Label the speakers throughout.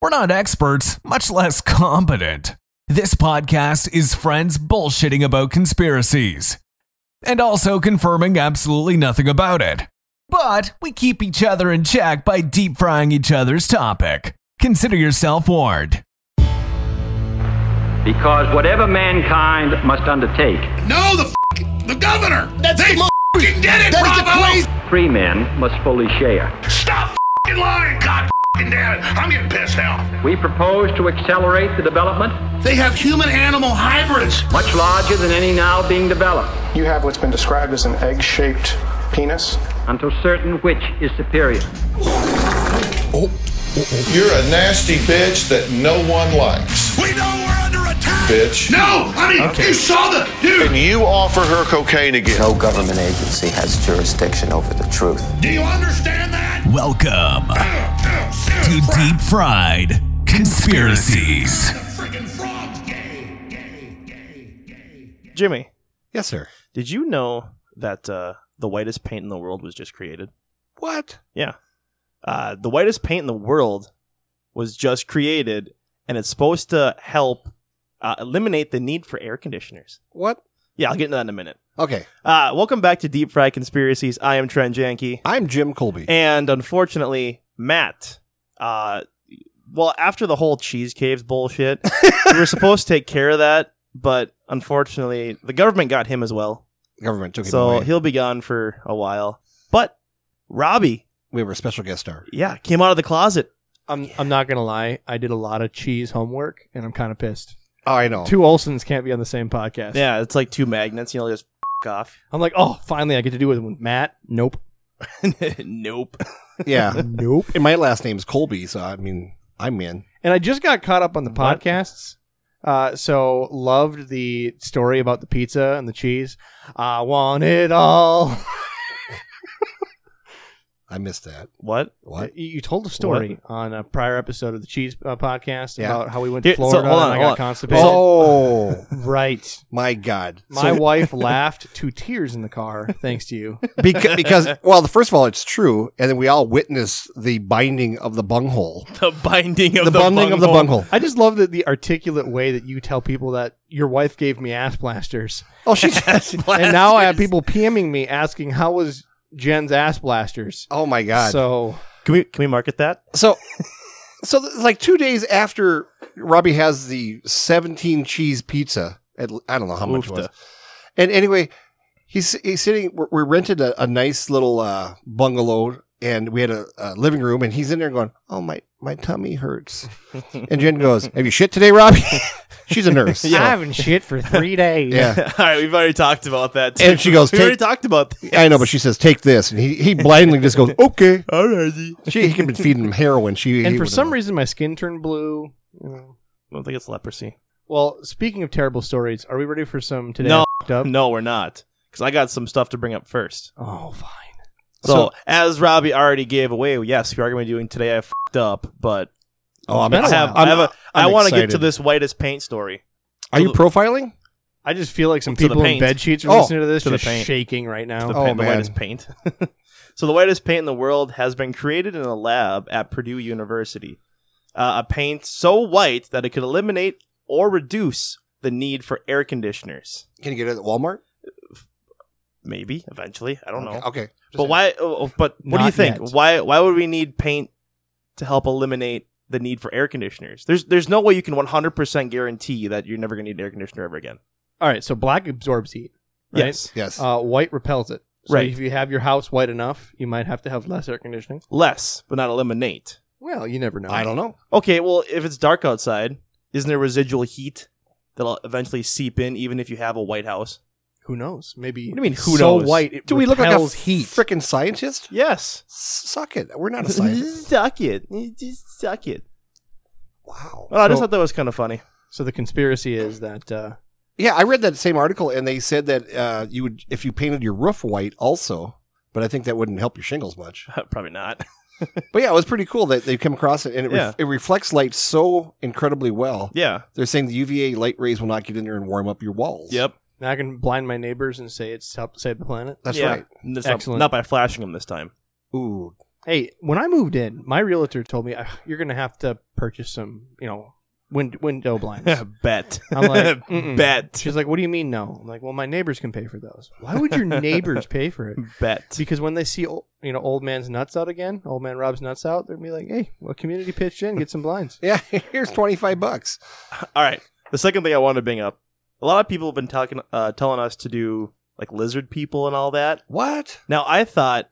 Speaker 1: We're not experts, much less competent. This podcast is friends bullshitting about conspiracies and also confirming absolutely nothing about it. But we keep each other in check by deep frying each other's topic. Consider yourself warned.
Speaker 2: Because whatever mankind must undertake,
Speaker 3: No, the f- the governor. That's they the f- did it, Bravo.
Speaker 2: free men must fully share.
Speaker 3: Stop f- lying. God f- damn it. I'm getting pissed now.
Speaker 2: We propose to accelerate the development
Speaker 3: They have human-animal hybrids.
Speaker 2: much larger than any now being developed
Speaker 4: You have what's been described as an egg shaped penis.
Speaker 2: until certain which is superior.
Speaker 5: You're a nasty bitch that no one likes,
Speaker 3: We know we're under attack.
Speaker 5: bitch.
Speaker 3: No, I mean you saw the
Speaker 5: And
Speaker 3: dude.
Speaker 5: you offer her cocaine again.
Speaker 6: No government agency has jurisdiction over the truth.
Speaker 3: Do you understand that?
Speaker 1: Welcome to
Speaker 3: Dude,
Speaker 1: Deep Fried Conspiracies.
Speaker 3: Freaking frogs. Gay, gay, gay, gay.
Speaker 7: Jimmy,
Speaker 8: Yes, sir.
Speaker 7: did you know that uh, the whitest paint in the world was just created?
Speaker 8: What?
Speaker 7: Yeah. Uh, the whitest paint in the world was just created, and it's supposed to help uh, eliminate the need for air conditioners.
Speaker 8: What?
Speaker 7: Yeah, I'll get into that in a minute.
Speaker 8: Okay.
Speaker 7: Uh, welcome back to Deep Fry Conspiracies. I am Trent Janke.
Speaker 8: I'm Jim Colby.
Speaker 7: And unfortunately, Matt, uh, well, after the whole cheese caves bullshit, we were supposed to take care of that, but unfortunately, the government got him as well.
Speaker 8: Government took him
Speaker 7: so
Speaker 8: away.
Speaker 7: he'll be gone for a while. But Robbie,
Speaker 8: We have a special guest star.
Speaker 7: yeah, came out of the closet.
Speaker 9: I'm I'm not gonna lie. I did a lot of cheese homework, and I'm kind of pissed.
Speaker 8: Oh, I know.
Speaker 9: Two Olsons can't be on the same podcast.
Speaker 7: Yeah, it's like two magnets. You know, just f- off.
Speaker 9: I'm like, oh, finally, I get to do it with Matt. Nope.
Speaker 7: nope.
Speaker 8: Yeah.
Speaker 9: Nope.
Speaker 8: and my last name's Colby, so I mean, I'm in.
Speaker 9: and I just got caught up on the
Speaker 7: What?
Speaker 9: podcasts. Uh, so loved the story about the pizza and the cheese. I want it all.
Speaker 8: I missed that.
Speaker 7: What?
Speaker 8: What?
Speaker 9: You, you told a story on a prior episode of the cheese uh, podcast
Speaker 8: Yeah.
Speaker 9: about how we went
Speaker 7: Here,
Speaker 9: to
Speaker 7: so
Speaker 9: Florida
Speaker 7: hold
Speaker 9: and
Speaker 7: on,
Speaker 9: I
Speaker 7: hold on.
Speaker 9: got constipated.
Speaker 8: Oh,
Speaker 9: Right.
Speaker 8: my God.
Speaker 9: My wife laughed to tears in the car thanks to you.
Speaker 8: Because, because, well, first of all, it's true. And then we all witness the binding of the bunghole.
Speaker 7: The binding of
Speaker 8: The, binding of the bunghole.
Speaker 9: I just love that the articulate way that you tell people that your wife gave me ass blasters,
Speaker 8: Oh, she just.
Speaker 9: and now I have people PMing me asking how was Jen's ass blasters.
Speaker 8: Oh, my God.
Speaker 9: So
Speaker 7: Can we can we market that?
Speaker 8: So, so th- like two days after Robbie has the 17 cheese pizza, at, l- I don't know how much it was.
Speaker 7: Oofta.
Speaker 8: And anyway, he's he's sitting. We're, we rented a, a nice little uh, bungalow, and we had a, a living room, and he's in there going, "Oh my, my tummy hurts." and Jen goes, "Have you shit today, Robbie?" She's a nurse. so-
Speaker 9: I haven't shit for three days.
Speaker 8: yeah.
Speaker 7: All right, we've already talked about that. too.
Speaker 8: And she goes,
Speaker 7: we already
Speaker 8: "Take-
Speaker 7: talked about that.
Speaker 8: I know, but she says, "Take this," and he, he blindly just goes, "Okay."
Speaker 7: All righty.
Speaker 8: She he could have been feeding him heroin. She
Speaker 9: And
Speaker 8: he
Speaker 9: for
Speaker 8: would've-
Speaker 9: some reason, my skin turned blue. You know.
Speaker 7: I don't think it's leprosy.
Speaker 9: Well, speaking of terrible stories, are we ready for some today?
Speaker 7: No.
Speaker 9: I F'd up?
Speaker 7: No, we're not. Because I got some stuff to bring up first.
Speaker 9: Oh, fine.
Speaker 7: So, as Robbie already gave away, yes, we are going to be doing today. I fucked up, but
Speaker 8: Oh, I'm,
Speaker 7: I have. i have a. I
Speaker 8: I'm
Speaker 7: want to get to
Speaker 8: excited.
Speaker 7: this whitest paint story.
Speaker 8: Are you profiling?
Speaker 9: I just feel like some
Speaker 7: To the
Speaker 9: people in
Speaker 7: paint.
Speaker 9: bed sheets are
Speaker 8: Oh,
Speaker 9: listening to this
Speaker 7: to the
Speaker 9: just
Speaker 7: paint.
Speaker 9: shaking right now.
Speaker 7: The,
Speaker 8: Oh,
Speaker 7: paint, the
Speaker 8: man.
Speaker 7: whitest paint. so the whitest paint in the world has been created in a lab at Purdue University. Uh, a paint so white that it could eliminate or reduce the need for air conditioners.
Speaker 8: Can you get it at Walmart?
Speaker 7: Maybe eventually, I don't know.
Speaker 8: Okay. okay.
Speaker 7: But why? oh, oh, But what do you
Speaker 9: Not
Speaker 7: think?
Speaker 9: yet.
Speaker 7: Why? Why would we need paint to help eliminate the need for air conditioners? There's there's no way you can 100% guarantee that you're never going to need an air conditioner ever again.
Speaker 9: All right, so black absorbs heat. Right?
Speaker 7: Yes,
Speaker 8: Yes.
Speaker 9: Uh, white repels it. So
Speaker 7: Right.
Speaker 9: if you have your house white enough, you might have to have less air conditioning.
Speaker 7: less, but not eliminate.
Speaker 9: Well, you never know.
Speaker 8: I don't know.
Speaker 7: Okay, well, if it's dark outside, isn't there residual heat that'll eventually seep in, even if you have a white house?
Speaker 9: Who knows? Maybe.
Speaker 7: What do you mean, who
Speaker 9: so
Speaker 7: knows?
Speaker 9: white? It
Speaker 8: Do we look like a
Speaker 9: repels heat?
Speaker 8: frickin' scientist?
Speaker 7: Yes,
Speaker 8: Suck it. We're not a scientist.
Speaker 7: suck it, just suck it.
Speaker 8: wow.
Speaker 7: Well, I just
Speaker 9: So-
Speaker 7: thought that was kind of funny.
Speaker 9: so the conspiracy is that uh,
Speaker 8: Yeah, I read that same article, and they said that uh, you would if you painted your roof white also. But I think that wouldn't help your shingles much.
Speaker 7: Probably not.
Speaker 8: But yeah, it was pretty cool that they come across it, and it, ref-
Speaker 7: Yeah.
Speaker 8: it reflects light so incredibly well.
Speaker 7: Yeah.
Speaker 8: They're saying the UVA light rays will not get in there and warm up your walls.
Speaker 7: Yep.
Speaker 9: now I can blind my neighbors and say it's helped save the planet.
Speaker 8: that's
Speaker 7: Yeah.
Speaker 8: right.
Speaker 7: And it's not-
Speaker 9: Excellent.
Speaker 7: Not by flashing them this time.
Speaker 8: Ooh,
Speaker 7: Hey, when I moved in, my realtor told me "Ah, you're going to have to purchase some, you know, win- window blinds.
Speaker 6: bet.
Speaker 7: I'm like, "Mm-mm."
Speaker 6: bet.
Speaker 7: She's like, "What do you mean no?" I'm like, "Well, my neighbors can pay for those." Why would your neighbors pay for it?
Speaker 6: Bet.
Speaker 7: Because when they see ol- you know old man's nuts out again, old man Rob's nuts out, they're gonna be like, "Hey, well, community pitched in, get some blinds."
Speaker 8: Yeah, here's 25 bucks.
Speaker 6: All right. The second thing I want to bring up, a lot of people have been talking, uh, telling us to do like lizard people and all that.
Speaker 8: What?
Speaker 6: Now I thought,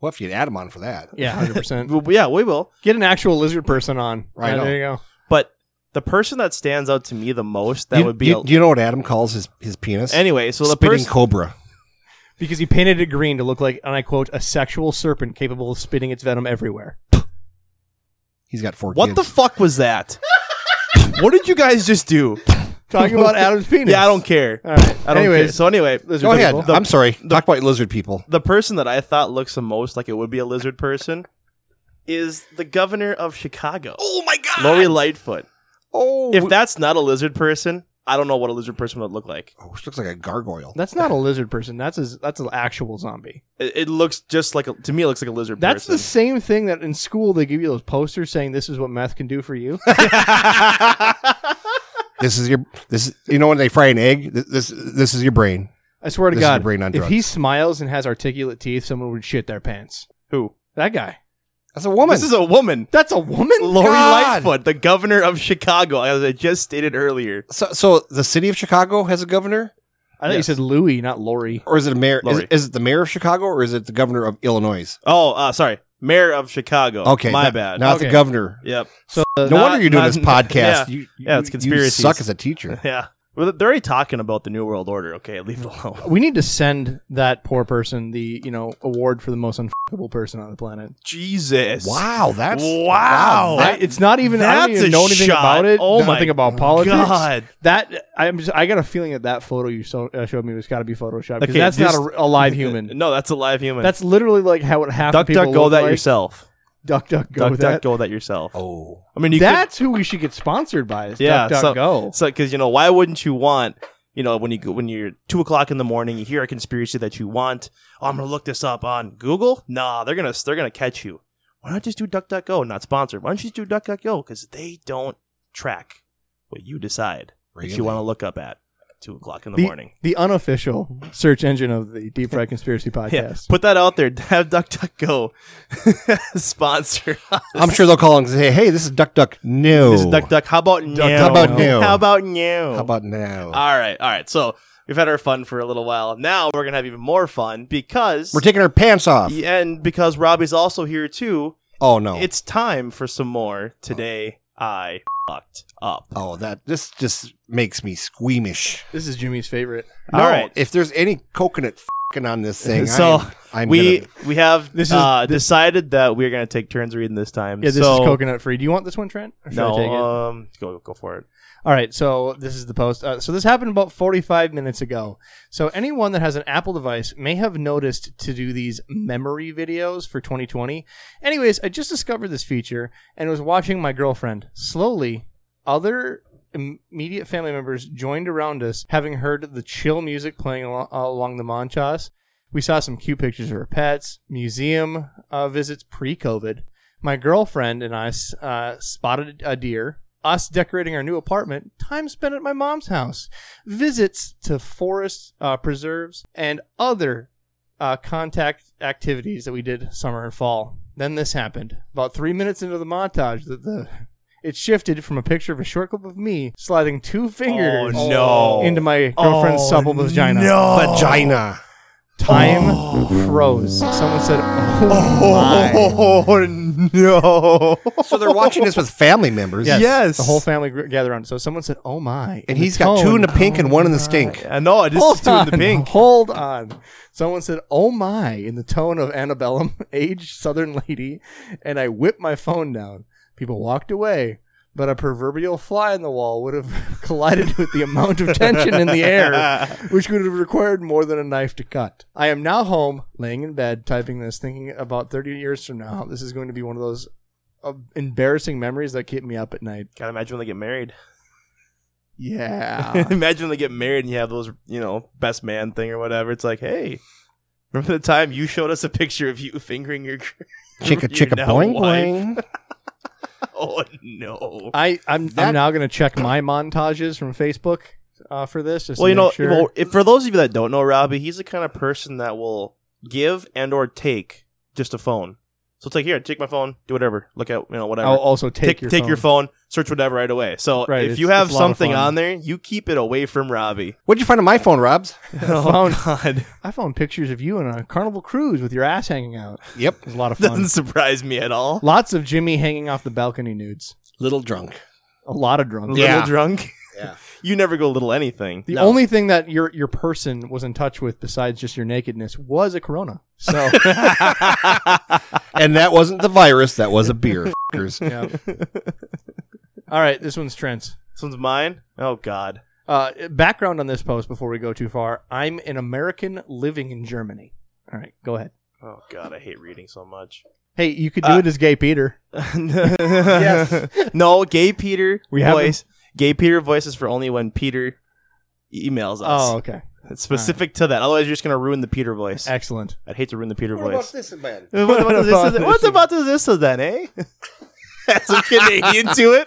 Speaker 8: What if you'd add them on for that?
Speaker 7: Yeah, hundred percent.
Speaker 6: well, yeah, we will.
Speaker 7: Get an actual lizard person on.
Speaker 8: Right
Speaker 7: Yeah,
Speaker 8: on.
Speaker 7: there you go.
Speaker 6: But the person that stands out to me the most, that
Speaker 8: You-
Speaker 6: would be.
Speaker 8: You,
Speaker 6: a-
Speaker 8: do you know what Adam calls his, his penis?
Speaker 6: anyway, so the
Speaker 8: Spitting
Speaker 6: person.
Speaker 8: cobra.
Speaker 7: Because he painted it green to look like, and I quote, a sexual serpent capable of spitting its venom everywhere.
Speaker 8: He's got four
Speaker 6: what
Speaker 8: kids.
Speaker 6: the fuck was that? what did you guys just do?
Speaker 7: Talking about Adam's penis.
Speaker 6: Yeah, I don't care.
Speaker 7: All right.
Speaker 6: I don't care.
Speaker 7: Anyways,
Speaker 6: So anyway,
Speaker 8: Go ahead.
Speaker 6: The,
Speaker 8: I'm sorry. Talk about lizard people.
Speaker 6: the person that I thought looks the most like it would be a lizard person is the governor of Chicago. Oh my god, Lori Lightfoot.
Speaker 8: Oh,
Speaker 6: If that's not a lizard person, I don't know what a lizard person would look like.
Speaker 8: oh, she looks like a gargoyle.
Speaker 7: that's not a lizard person. That's a, that's an actual zombie.
Speaker 6: It, it looks just like a, to me. It looks like a lizard.
Speaker 7: That's
Speaker 6: person.
Speaker 7: the same thing that in school they give you those posters saying this is what meth can do for you.
Speaker 8: This is your. This is you know when they fry an egg. This this, this is your brain.
Speaker 7: I swear to
Speaker 8: This is
Speaker 7: God,
Speaker 8: your brain on
Speaker 7: if
Speaker 8: drugs.
Speaker 7: he smiles and has articulate teeth, someone would shit their pants.
Speaker 6: who.
Speaker 7: That guy.
Speaker 8: That's a woman.
Speaker 6: This is a woman.
Speaker 7: That's a woman.
Speaker 6: Lori
Speaker 8: God.
Speaker 6: Lightfoot, the governor of Chicago, as I just stated earlier.
Speaker 8: so, so the city of Chicago has a governor,
Speaker 7: I thought you said Louie, not Lori.
Speaker 8: or is it a mayor? Is,
Speaker 6: Lori.
Speaker 8: it- is it the mayor of Chicago, or is it the governor of Illinois?
Speaker 6: Oh, uh, sorry, mayor of Chicago.
Speaker 8: Okay,
Speaker 6: Oh, my
Speaker 8: not-
Speaker 6: bad.
Speaker 8: Not the
Speaker 7: Okay.
Speaker 8: governor.
Speaker 6: Yep.
Speaker 8: No wonder you're doing
Speaker 6: not-
Speaker 8: this podcast.
Speaker 6: Yeah.
Speaker 8: you,
Speaker 6: Yeah, it's
Speaker 8: you- You
Speaker 6: conspiracies.
Speaker 8: suck as a teacher.
Speaker 6: Yeah. Well, they're already talking about the New World Order. Okay, leave it alone.
Speaker 7: We need to send that poor person the you know award for the most unfuckable person on the planet.
Speaker 6: Jesus.
Speaker 8: Wow, that's
Speaker 6: Wow.
Speaker 8: that-
Speaker 7: I- it's not even. I don't
Speaker 6: That's
Speaker 7: even
Speaker 6: a
Speaker 7: know anything
Speaker 6: shot.
Speaker 7: about it.
Speaker 6: Oh
Speaker 7: nothing
Speaker 6: my
Speaker 7: about politics.
Speaker 6: God.
Speaker 7: That I'm just. I got a feeling that that photo you so, uh, showed me was got to be photoshopped because
Speaker 6: Okay,
Speaker 7: that's
Speaker 6: this-
Speaker 7: not a, a live human.
Speaker 6: No, that's a live human.
Speaker 7: That's literally like how it half
Speaker 6: duck
Speaker 7: the people
Speaker 6: duck go
Speaker 7: look
Speaker 6: that
Speaker 7: like.
Speaker 6: yourself.
Speaker 7: Duck duck go
Speaker 6: Duck
Speaker 7: that.
Speaker 6: duck go that yourself.
Speaker 8: oh,
Speaker 6: I mean, you could,
Speaker 7: That's who we should get sponsored by. Is
Speaker 6: yeah.
Speaker 7: duck duck
Speaker 6: so,
Speaker 7: go.
Speaker 6: because you know why wouldn't you want you know when you go- when you're two o'clock in the morning you hear a conspiracy that you want. Oh, I'm gonna look this up on Google. Nah, they're gonna they're gonna catch you. Why not just do duck duck go? Not sponsored. Why don't you just do duck duck go? Because they don't track what you decide that
Speaker 8: Really?
Speaker 6: you want to look up at two o'clock in the,
Speaker 7: The,
Speaker 6: morning.
Speaker 7: the unofficial search engine of the Deep Fried Conspiracy Podcast.
Speaker 6: Yeah, put that out there. Have DuckDuckGo sponsor. us.
Speaker 8: I'm sure they'll call and say, "Hey, this is Duck Duck." No,
Speaker 6: This is Duck Duck. How about no?
Speaker 8: How about no?
Speaker 6: How about no? Uh,
Speaker 8: How about now?
Speaker 6: All right, all right. So we've had our fun for a little while. Now we're gonna have even more fun because
Speaker 8: We're taking our pants off.
Speaker 6: and because Robbie's also here too.
Speaker 8: Oh no!
Speaker 6: It's time for some more. Today I fucked up.
Speaker 8: oh that this just makes me squeamish.
Speaker 7: This is Jimmy's favorite.
Speaker 8: No,
Speaker 6: All right.
Speaker 8: If there's any coconut fing on this thing,
Speaker 6: So,
Speaker 8: I'm, I'm
Speaker 6: we
Speaker 8: gonna-
Speaker 6: we have
Speaker 7: This is-
Speaker 6: uh, decided that we're gonna take turns reading this time.
Speaker 7: Yeah, this
Speaker 6: So-
Speaker 7: is coconut free. Do you want this one, Trent? Or should I
Speaker 6: No,
Speaker 7: take it?
Speaker 6: um, go go for it.
Speaker 7: All right, so this is the post. Uh, so this happened about 45 minutes ago. So anyone that has an Apple device may have noticed to do these memory videos for 2020. Anyways, I just discovered this feature and was watching my girlfriend. Slowly, other immediate family members joined around us, having heard the chill music playing al- along the Monchas. We saw some cute pictures of her pets, museum uh, visits pre COVID. My girlfriend and I uh, spotted a deer, us decorating our new apartment, time spent at my mom's house, visits to forests, uh, preserves, and other uh, contact activities that we did summer and fall. Then this happened. About three minutes into the montage, that the it shifted from a picture of a short clip of me sliding two fingers
Speaker 6: Oh, no.
Speaker 7: into my girlfriend's
Speaker 8: Oh,
Speaker 7: supple vagina.
Speaker 6: Oh.
Speaker 8: vagina. Oh.
Speaker 7: Time froze. Someone said, "Oh, my."
Speaker 6: Oh no!
Speaker 8: So they're watching this with family members.
Speaker 7: Yes,
Speaker 6: Yes.
Speaker 7: The whole family gr- gathered around. So someone said, "Oh my!"
Speaker 8: And he's got two in the
Speaker 7: oh,
Speaker 8: pink and one in the stink.
Speaker 6: I know. I just
Speaker 7: Hold
Speaker 6: two in
Speaker 7: on,
Speaker 6: the pink.
Speaker 7: hold on. Someone said, "Oh my!" in the tone of antebellum aged Southern lady, and I whipped my phone down. People walked away, but a proverbial fly in the wall would have collided with the amount of tension in the air, which would have required more than a knife to cut. I am now home, laying in bed, typing this, thinking about 30 years from now, this is going to be one of those uh, embarrassing memories that keep me up at night.
Speaker 6: God, imagine when they get married.
Speaker 7: Yeah.
Speaker 6: imagine when they get married and you have those, you know, best man thing or whatever. It's like, hey,
Speaker 7: Remember the time you showed us a picture of you fingering your
Speaker 8: Chicka
Speaker 7: You're
Speaker 8: chicka
Speaker 7: now
Speaker 8: boing
Speaker 7: white.
Speaker 8: boing.
Speaker 7: Oh no.
Speaker 9: I I'm, I'm
Speaker 8: That-
Speaker 9: now going to check my montages from Facebook uh, for this. Just
Speaker 7: well,
Speaker 9: to
Speaker 7: you know,
Speaker 9: make sure.
Speaker 7: well, if, for those of you that don't know Robbie, he's the kind of person that will give and or take just a phone. So it's like here, take my phone, do whatever, look at you know whatever.
Speaker 9: I'll also take, your phone.
Speaker 7: phone, search whatever right away. So
Speaker 9: Right,
Speaker 7: if
Speaker 9: it's-
Speaker 7: you have
Speaker 9: it's a lot of
Speaker 7: something
Speaker 9: fun.
Speaker 7: on there, you keep it away from Robbie. Oh,
Speaker 8: What'd you find on my phone, Robs?
Speaker 9: Phone.
Speaker 7: God.
Speaker 9: I found pictures of you on a carnival cruise with your ass hanging out.
Speaker 8: Yep.
Speaker 9: It was a lot of fun.
Speaker 7: Doesn't surprise me at all.
Speaker 9: Lots of Jimmy hanging off the balcony nudes.
Speaker 8: Little drunk.
Speaker 9: A lot of drunk.
Speaker 8: Yeah.
Speaker 7: Little drunk.
Speaker 8: Yeah.
Speaker 7: you never go little anything.
Speaker 9: The only thing that your your person was in touch with besides just your nakedness was a corona. So
Speaker 8: And that wasn't the virus, that was a beer. fuckers.
Speaker 9: yeah. All right, this one's Trent's.
Speaker 7: This one's mine. Oh God.
Speaker 9: Uh, background on this post before we go too far. I'm an American living in Germany. All right, go ahead.
Speaker 7: Oh God, I hate reading so much. Uh,
Speaker 9: Hey, you could do it as gay Peter.
Speaker 7: yes. No, gay Peter
Speaker 9: We haven't-
Speaker 7: voice. Gay Peter voice is for only when Peter e- emails us.
Speaker 9: Oh, okay.
Speaker 7: It's specific to that. Otherwise, you're just gonna ruin the Peter voice.
Speaker 9: Excellent.
Speaker 7: I'd hate to ruin the Peter voice.
Speaker 8: this man?
Speaker 7: What about
Speaker 9: What
Speaker 7: this?
Speaker 9: about
Speaker 7: is- What's
Speaker 9: this?
Speaker 7: about this is then, eh? That's a Canadian to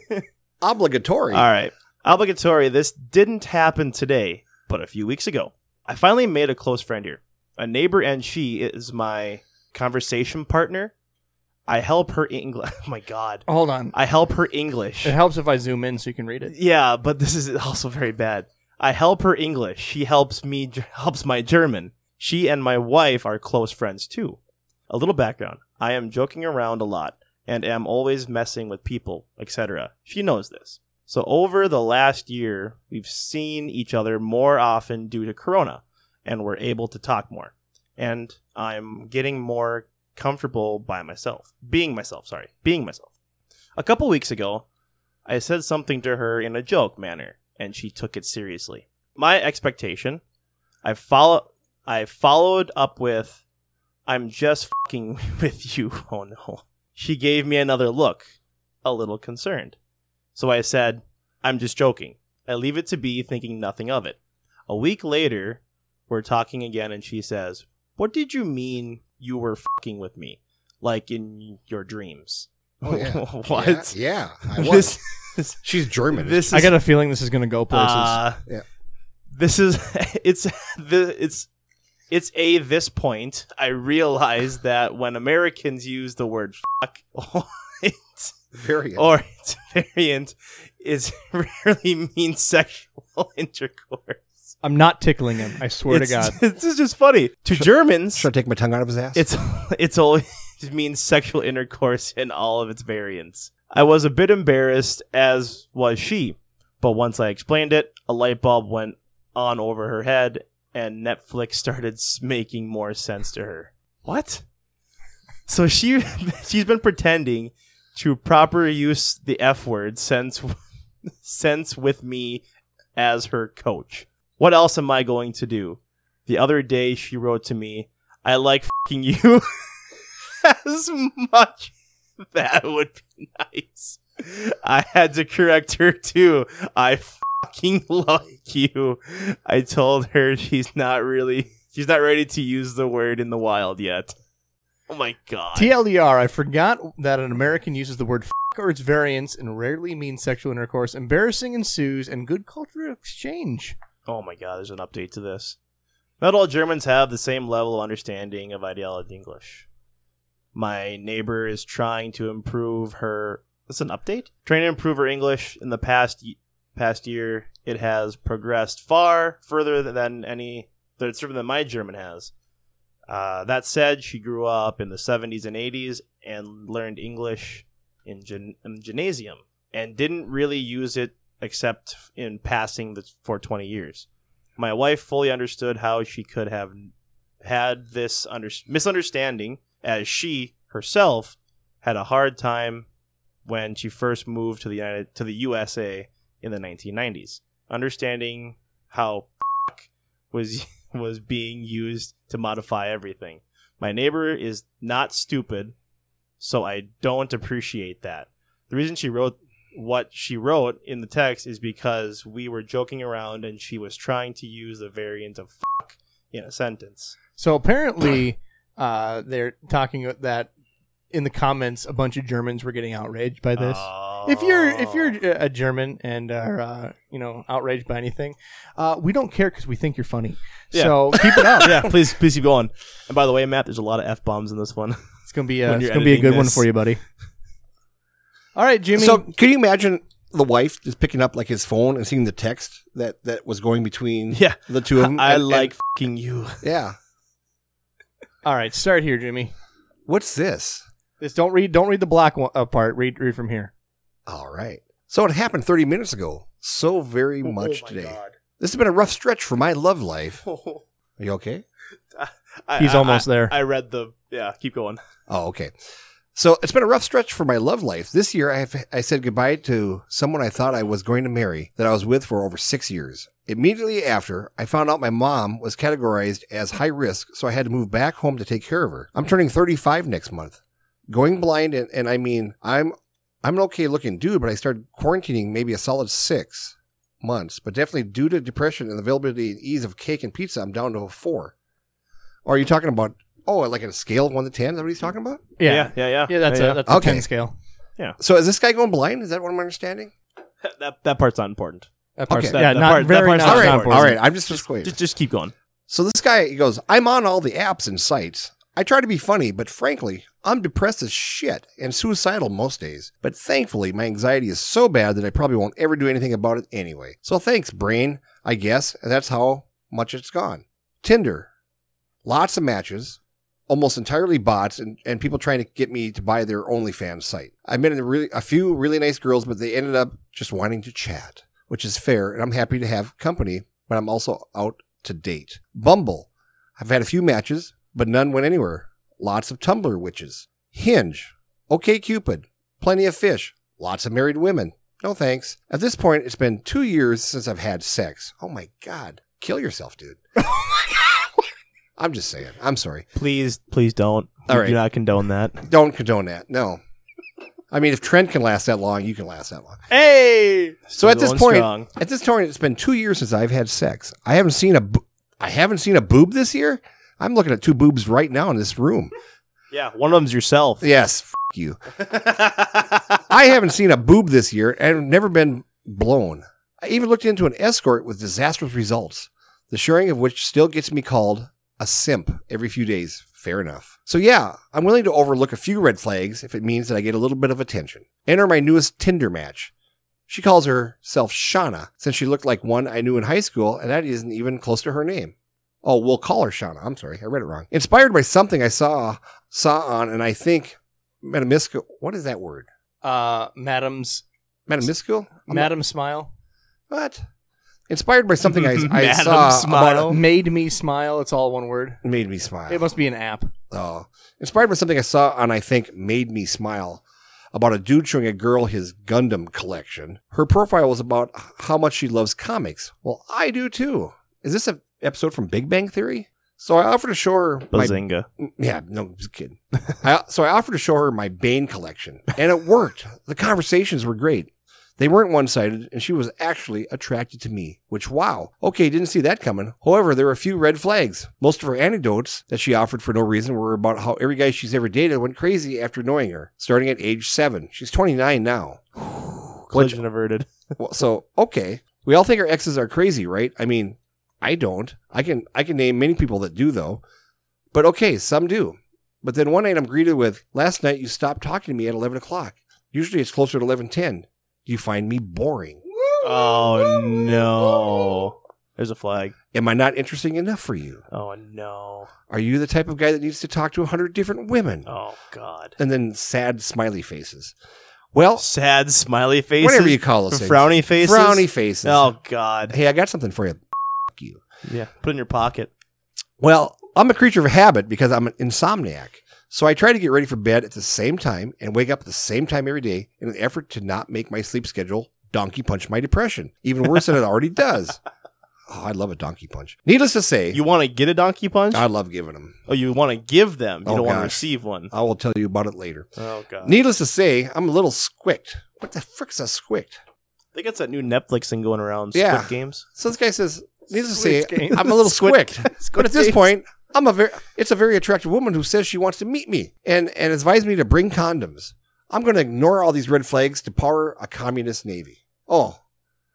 Speaker 7: it.
Speaker 8: Obligatory.
Speaker 7: All right. Obligatory. This didn't happen today, but a few weeks ago. I finally made a close friend here. A neighbor, and she is my conversation partner. I help her English. Oh my God.
Speaker 9: Hold on.
Speaker 7: I help her English.
Speaker 9: It helps if I zoom in so you can read it.
Speaker 7: Yeah, but this is also very bad. I help her English. She helps me helps my German. She and my wife are close friends too. A little background. I am joking around a lot and am always messing with people, etc. She knows this. So over the last year, we've seen each other more often due to corona and we're able to talk more. And I'm getting more comfortable by myself. Being myself, sorry. Being myself. A couple weeks ago, I said something to her in a joke manner, and she took it seriously. My expectation, I follow, I followed up with, "I'm just fucking with you." Oh no! She gave me another look, a little concerned. So I said, "I'm just joking." I leave it to be, thinking nothing of it. A week later, we're talking again, and she says, "What did you mean you were fucking with me, like in your dreams?"
Speaker 8: Oh, yeah.
Speaker 7: what?
Speaker 8: Yeah. yeah, I was.
Speaker 7: This, this,
Speaker 8: She's German.
Speaker 7: this is,
Speaker 9: I got a feeling this is going to go places.
Speaker 7: uh,
Speaker 8: Yeah.
Speaker 7: This is it's the it's it's a this point I realize that when Americans use the word fuck or its,
Speaker 8: very
Speaker 7: or its variant is rarely means sexual intercourse.
Speaker 9: I'm not tickling him. I swear to God.
Speaker 7: It's- This is just funny. To Germans
Speaker 8: Should I take my tongue out of his ass?
Speaker 7: it's it's always it means sexual intercourse in all of its variants. I was a bit embarrassed, as was she, but once I explained it, a light bulb went on over her head, and Netflix started s- making more sense to her. What? So she she's been pretending to proper use the f word since since with me as her coach. What else am I going to do? The other day she wrote to me, I like fing you as much. That would be nice. I had to correct her too. I fucking like you. I told her she's not really she's not ready to use the word in the wild yet. Oh my god.
Speaker 9: TLDR, E I forgot that an American uses the word f- or its variants and rarely means sexual intercourse. Embarrassing ensues and good cultural exchange.
Speaker 7: Oh my god, there's an update to this. Not all Germans have the same level of understanding of ideology English. My neighbor is trying to improve her. That's an update. Trying to improve her English in the past y- past year, it has progressed far further than any than certainly than my German has. Uh, that said, she grew up in the 70s and 80s and learned English in, gym, in gymnasium and didn't really use it except in passing the, for 20 years. My wife fully understood how she could have had this under, misunderstanding, as she herself had a hard time when she first moved to the United to the USA in the 1990s, understanding how f- was was being used to modify everything. My neighbor is not stupid, so I don't appreciate that. The reason she wrote what she wrote in the text is because we were joking around and she was trying to use the variant of fuck in a sentence. So apparently, uh, they're talking that in the comments, a bunch of Germans were getting outraged by this. If you're if you're a German and are uh, you know outraged by anything, uh, we don't care because we think you're funny.
Speaker 6: Yeah.
Speaker 7: So keep it up.
Speaker 6: yeah, please, please keep going. And by the way, Matt, there's a lot of f bombs in this one.
Speaker 7: It's gonna be a,
Speaker 6: When
Speaker 7: it's
Speaker 6: you're
Speaker 7: gonna be a
Speaker 6: editing
Speaker 7: good one
Speaker 6: this.
Speaker 7: for you, buddy. All right, Jimmy.
Speaker 8: so can you imagine the wife just picking up like his phone and seeing the text that that was going between
Speaker 6: Yeah.
Speaker 8: the two of them?
Speaker 6: I
Speaker 8: And- and-
Speaker 6: like fing you.
Speaker 8: yeah.
Speaker 7: all right, start here, Jimmy.
Speaker 8: What's this?
Speaker 7: Just don't read don't read the black one, uh, part. Read read from here.
Speaker 8: All right. So it happened 30 minutes ago. So very much today. This has been a rough stretch for my love life. Are you okay?
Speaker 6: I-
Speaker 7: He's
Speaker 6: I-
Speaker 7: almost
Speaker 6: I-
Speaker 7: there.
Speaker 6: I read the. Yeah, keep going.
Speaker 8: Oh, okay. So it's been a rough stretch for my love life. This year, I have I said goodbye to someone I thought I was going to marry that I was with for over six years. Immediately after, I found out my mom was categorized as high risk, so I had to move back home to take care of her. I'm turning 35 next month, going blind, and, and I mean, I'm I'm an okay looking dude, but I started quarantining maybe a solid six months, but definitely due to depression and the availability and ease of cake and pizza, I'm down to a four. Or are you talking about? Oh, like a scale of one to ten? Is that what he's talking about?
Speaker 7: Yeah, yeah,
Speaker 6: yeah, yeah. Yeah,
Speaker 7: that's a that's a
Speaker 8: Okay.
Speaker 7: ten scale.
Speaker 8: So is this guy going blind? Is that what I'm understanding?
Speaker 6: that that part's not important.
Speaker 7: That part's,
Speaker 8: Okay.
Speaker 6: That-
Speaker 7: yeah,
Speaker 6: that
Speaker 7: not
Speaker 6: part- that
Speaker 7: very
Speaker 6: part's
Speaker 7: not,
Speaker 6: not
Speaker 8: all right,
Speaker 7: not
Speaker 6: important.
Speaker 8: all right. I'm just just wait.
Speaker 6: Just just keep going.
Speaker 8: So this guy he goes, I'm on all the apps and sites. I try to be funny, but frankly, I'm depressed as shit and suicidal most days. But thankfully, my anxiety is so bad that I probably won't ever do anything about it anyway. So thanks, brain. I guess and that's how much it's gone. Tinder, lots of matches, almost entirely bots, and, and people trying to get me to buy their OnlyFans site. I met a, really, a few really nice girls, but they ended up just wanting to chat, which is fair, and I'm happy to have company, but I'm also out to date. Bumble, I've had a few matches, but none went anywhere. Lots of Tumblr witches. Hinge, okay Cupid, plenty of fish, lots of married women. No thanks. At this point, it's been two years since I've had sex. Oh my God. Kill yourself, dude. I'm just saying. I'm sorry.
Speaker 6: Please, please don't.
Speaker 8: All
Speaker 6: We
Speaker 8: right.
Speaker 6: Do not condone that.
Speaker 8: Don't condone that. No. I mean, if Trent can last that long, you can last that long.
Speaker 6: Hey.
Speaker 8: So at this
Speaker 6: Going
Speaker 8: point,
Speaker 6: strong.
Speaker 8: at this point, it's been two years since I've had sex. I haven't seen a, bo- I haven't seen a boob this year. I'm looking at two boobs right now in this room.
Speaker 6: yeah, one of them's yourself.
Speaker 8: Yes, f- you. I haven't seen a boob this year and have never been blown. I even looked into an escort with disastrous results, the sharing of which still gets me called a simp every few days. Fair enough. So, yeah, I'm willing to overlook a few red flags if it means that I get a little bit of attention. Enter my newest Tinder match. She calls herself Shauna since she looked like one I knew in high school, and that isn't even close to her name. Oh, we'll call her Shauna. I'm sorry, I read it wrong. Inspired by something I saw saw on, and I think metamiscal. What is that word?
Speaker 7: Uh, Madam's
Speaker 8: Metamiscal. I'm not-
Speaker 7: Madam Smile.
Speaker 8: What? Inspired by something I, I
Speaker 6: Madam
Speaker 8: saw
Speaker 6: Smile.
Speaker 8: about-
Speaker 7: Made me smile. It's all one word.
Speaker 8: made me smile.
Speaker 7: It must be an app.
Speaker 8: Oh. Inspired by something I saw on, I think, Made Me Smile about a dude showing a girl his Gundam collection. Her profile was about how much she loves comics. Well, I do too. Is this an episode from Big Bang Theory? So I offered to show her my
Speaker 6: Bazinga.
Speaker 8: Yeah, no, I'm just kidding. I, so I offered to show her my Bane collection, and it worked. The conversations were great. They weren't one sided, and she was actually attracted to me, which, wow. Okay, didn't see that coming. However, there were a few red flags. Most of her anecdotes that she offered for no reason were about how every guy she's ever dated went crazy after knowing her, starting at age seven. She's 29 now. Which-
Speaker 6: Collision averted.
Speaker 8: well, so okay, we all think our exes are crazy, right? I mean, I don't. I can I can name many people that do though, but okay, some do. But then one night I'm greeted with, "Last night you stopped talking to me at eleven o'clock. Usually it's closer to eleven ten. Do you find me boring?
Speaker 6: Oh no. There's a flag.
Speaker 8: Am I not interesting enough for you?
Speaker 6: Oh no.
Speaker 8: Are you the type of guy that needs to talk to a hundred different women?"
Speaker 6: Oh god.
Speaker 8: And then sad smiley faces. Well,
Speaker 6: Sad smiley faces.
Speaker 8: whatever you call those things.
Speaker 6: Frowny faces.
Speaker 8: Frowny faces.
Speaker 6: Oh god.
Speaker 8: Hey, I got something for you. Fuck you.
Speaker 6: Yeah. Put it in your pocket.
Speaker 8: Well, I'm a creature of habit because I'm an insomniac. So I try to get ready for bed at the same time and wake up at the same time every day in an effort to not make my sleep schedule donkey punch my depression, even worse than it already does. Oh, I love a donkey punch. Needless to say,
Speaker 6: You want to get a donkey punch?
Speaker 8: I love giving them.
Speaker 6: oh, you want to give them. You
Speaker 8: Oh,
Speaker 6: don't want
Speaker 8: gosh.
Speaker 6: to
Speaker 8: Uh,
Speaker 6: receive one.
Speaker 8: I will tell you about it later.
Speaker 6: Oh god.
Speaker 8: Needless to say, I'm a little squicked. What the frick's a squicked?
Speaker 6: I think it's that new Netflix thing going around.
Speaker 8: Yeah.
Speaker 6: Squid Games.
Speaker 8: So this guy says, needless to say,
Speaker 7: Squid game.
Speaker 8: I'm a little
Speaker 6: Squid-
Speaker 8: squicked. but at this
Speaker 7: games.
Speaker 8: point, I'm a very it's a very attractive woman who says she wants to meet me and and advised me to bring condoms. I'm going to ignore all these red flags to power a communist navy. Oh,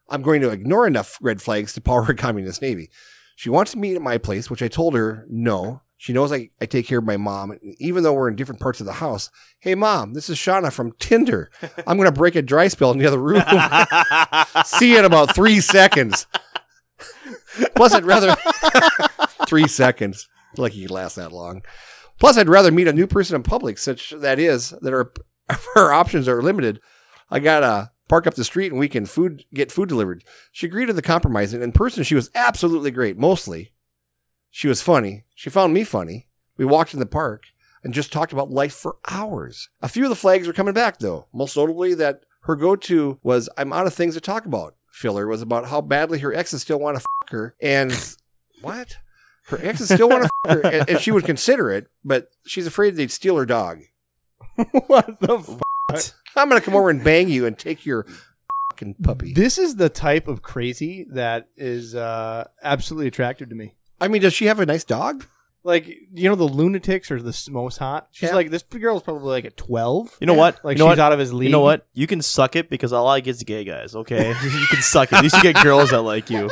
Speaker 8: I'm going to ignore enough red flags to power a communist navy. She wants to meet at my place, which I told her no. She knows I, I take care of my mom, and even though we're in different parts of the house. Hey, mom, this is Shauna from Tinder. I'm going to break a dry spell in the other room. See you in about three seconds. Plus, I'd rather three seconds. Like he could last that long. Plus, I'd rather meet a new person in public, such that is that our our options are limited. I gotta park up the street and we can food get food delivered. She agreed to the compromise, and in person, she was absolutely great. Mostly, she was funny. She found me funny. We walked in the park and just talked about life for hours. A few of the flags were coming back, though. Most notably, that her go to was I'm out of things to talk about. Filler was about how badly her exes still want to fuck her. And what? Her exes still want to fuck her. And, and she would consider it, but she's afraid they'd steal her dog.
Speaker 7: what the f-
Speaker 8: I'm going to come over and bang you and take your fucking puppy.
Speaker 7: This is the type of crazy that is uh, absolutely attractive to me.
Speaker 8: I mean, does she have a nice dog?
Speaker 7: Like you know, the lunatics are the s- most hot. She's
Speaker 8: Yeah.
Speaker 7: like this girl's probably like a twelve.
Speaker 6: You know what?
Speaker 7: Like
Speaker 6: you know what?
Speaker 7: she's out of his league.
Speaker 6: You know what? You can suck it because all I get is gay guys. Okay, you can suck it. You should get girls that like you.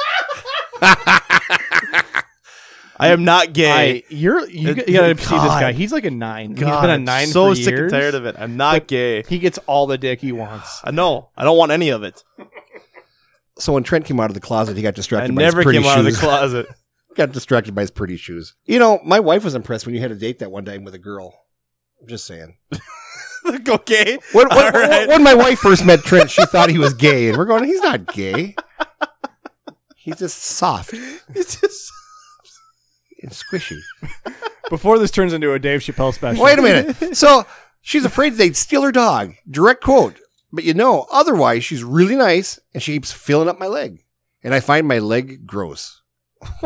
Speaker 6: I am not gay.
Speaker 7: I, you're you,
Speaker 6: It-
Speaker 7: you gotta see this
Speaker 6: God.
Speaker 7: guy. He's like a nine. He's
Speaker 6: God,
Speaker 7: been a
Speaker 6: I'm
Speaker 7: nine.
Speaker 6: So
Speaker 7: for
Speaker 6: sick and
Speaker 7: years.
Speaker 6: tired of it. I'm not
Speaker 7: But-
Speaker 6: gay.
Speaker 7: He gets all the dick he wants.
Speaker 6: I know. I don't want any of it.
Speaker 8: So when Trent came out of the closet, he got
Speaker 6: I
Speaker 8: distracted by
Speaker 6: never
Speaker 8: his pretty
Speaker 6: came out of the
Speaker 8: shoes.
Speaker 6: closet.
Speaker 8: got distracted by his pretty shoes. You know, my wife was impressed when you had a date that one time with a girl. I'm just saying.
Speaker 6: okay.
Speaker 8: When, when,
Speaker 6: All right.
Speaker 8: when my wife first met Trent, she thought he was gay, and we're going, he's not gay. He's just soft
Speaker 6: It's just
Speaker 8: and squishy.
Speaker 7: Before this turns into a Dave Chappelle special.
Speaker 8: Wait a minute. So she's afraid they'd steal her dog. Direct quote. But you know, otherwise she's really nice and she keeps filling up my leg. And I find my leg gross.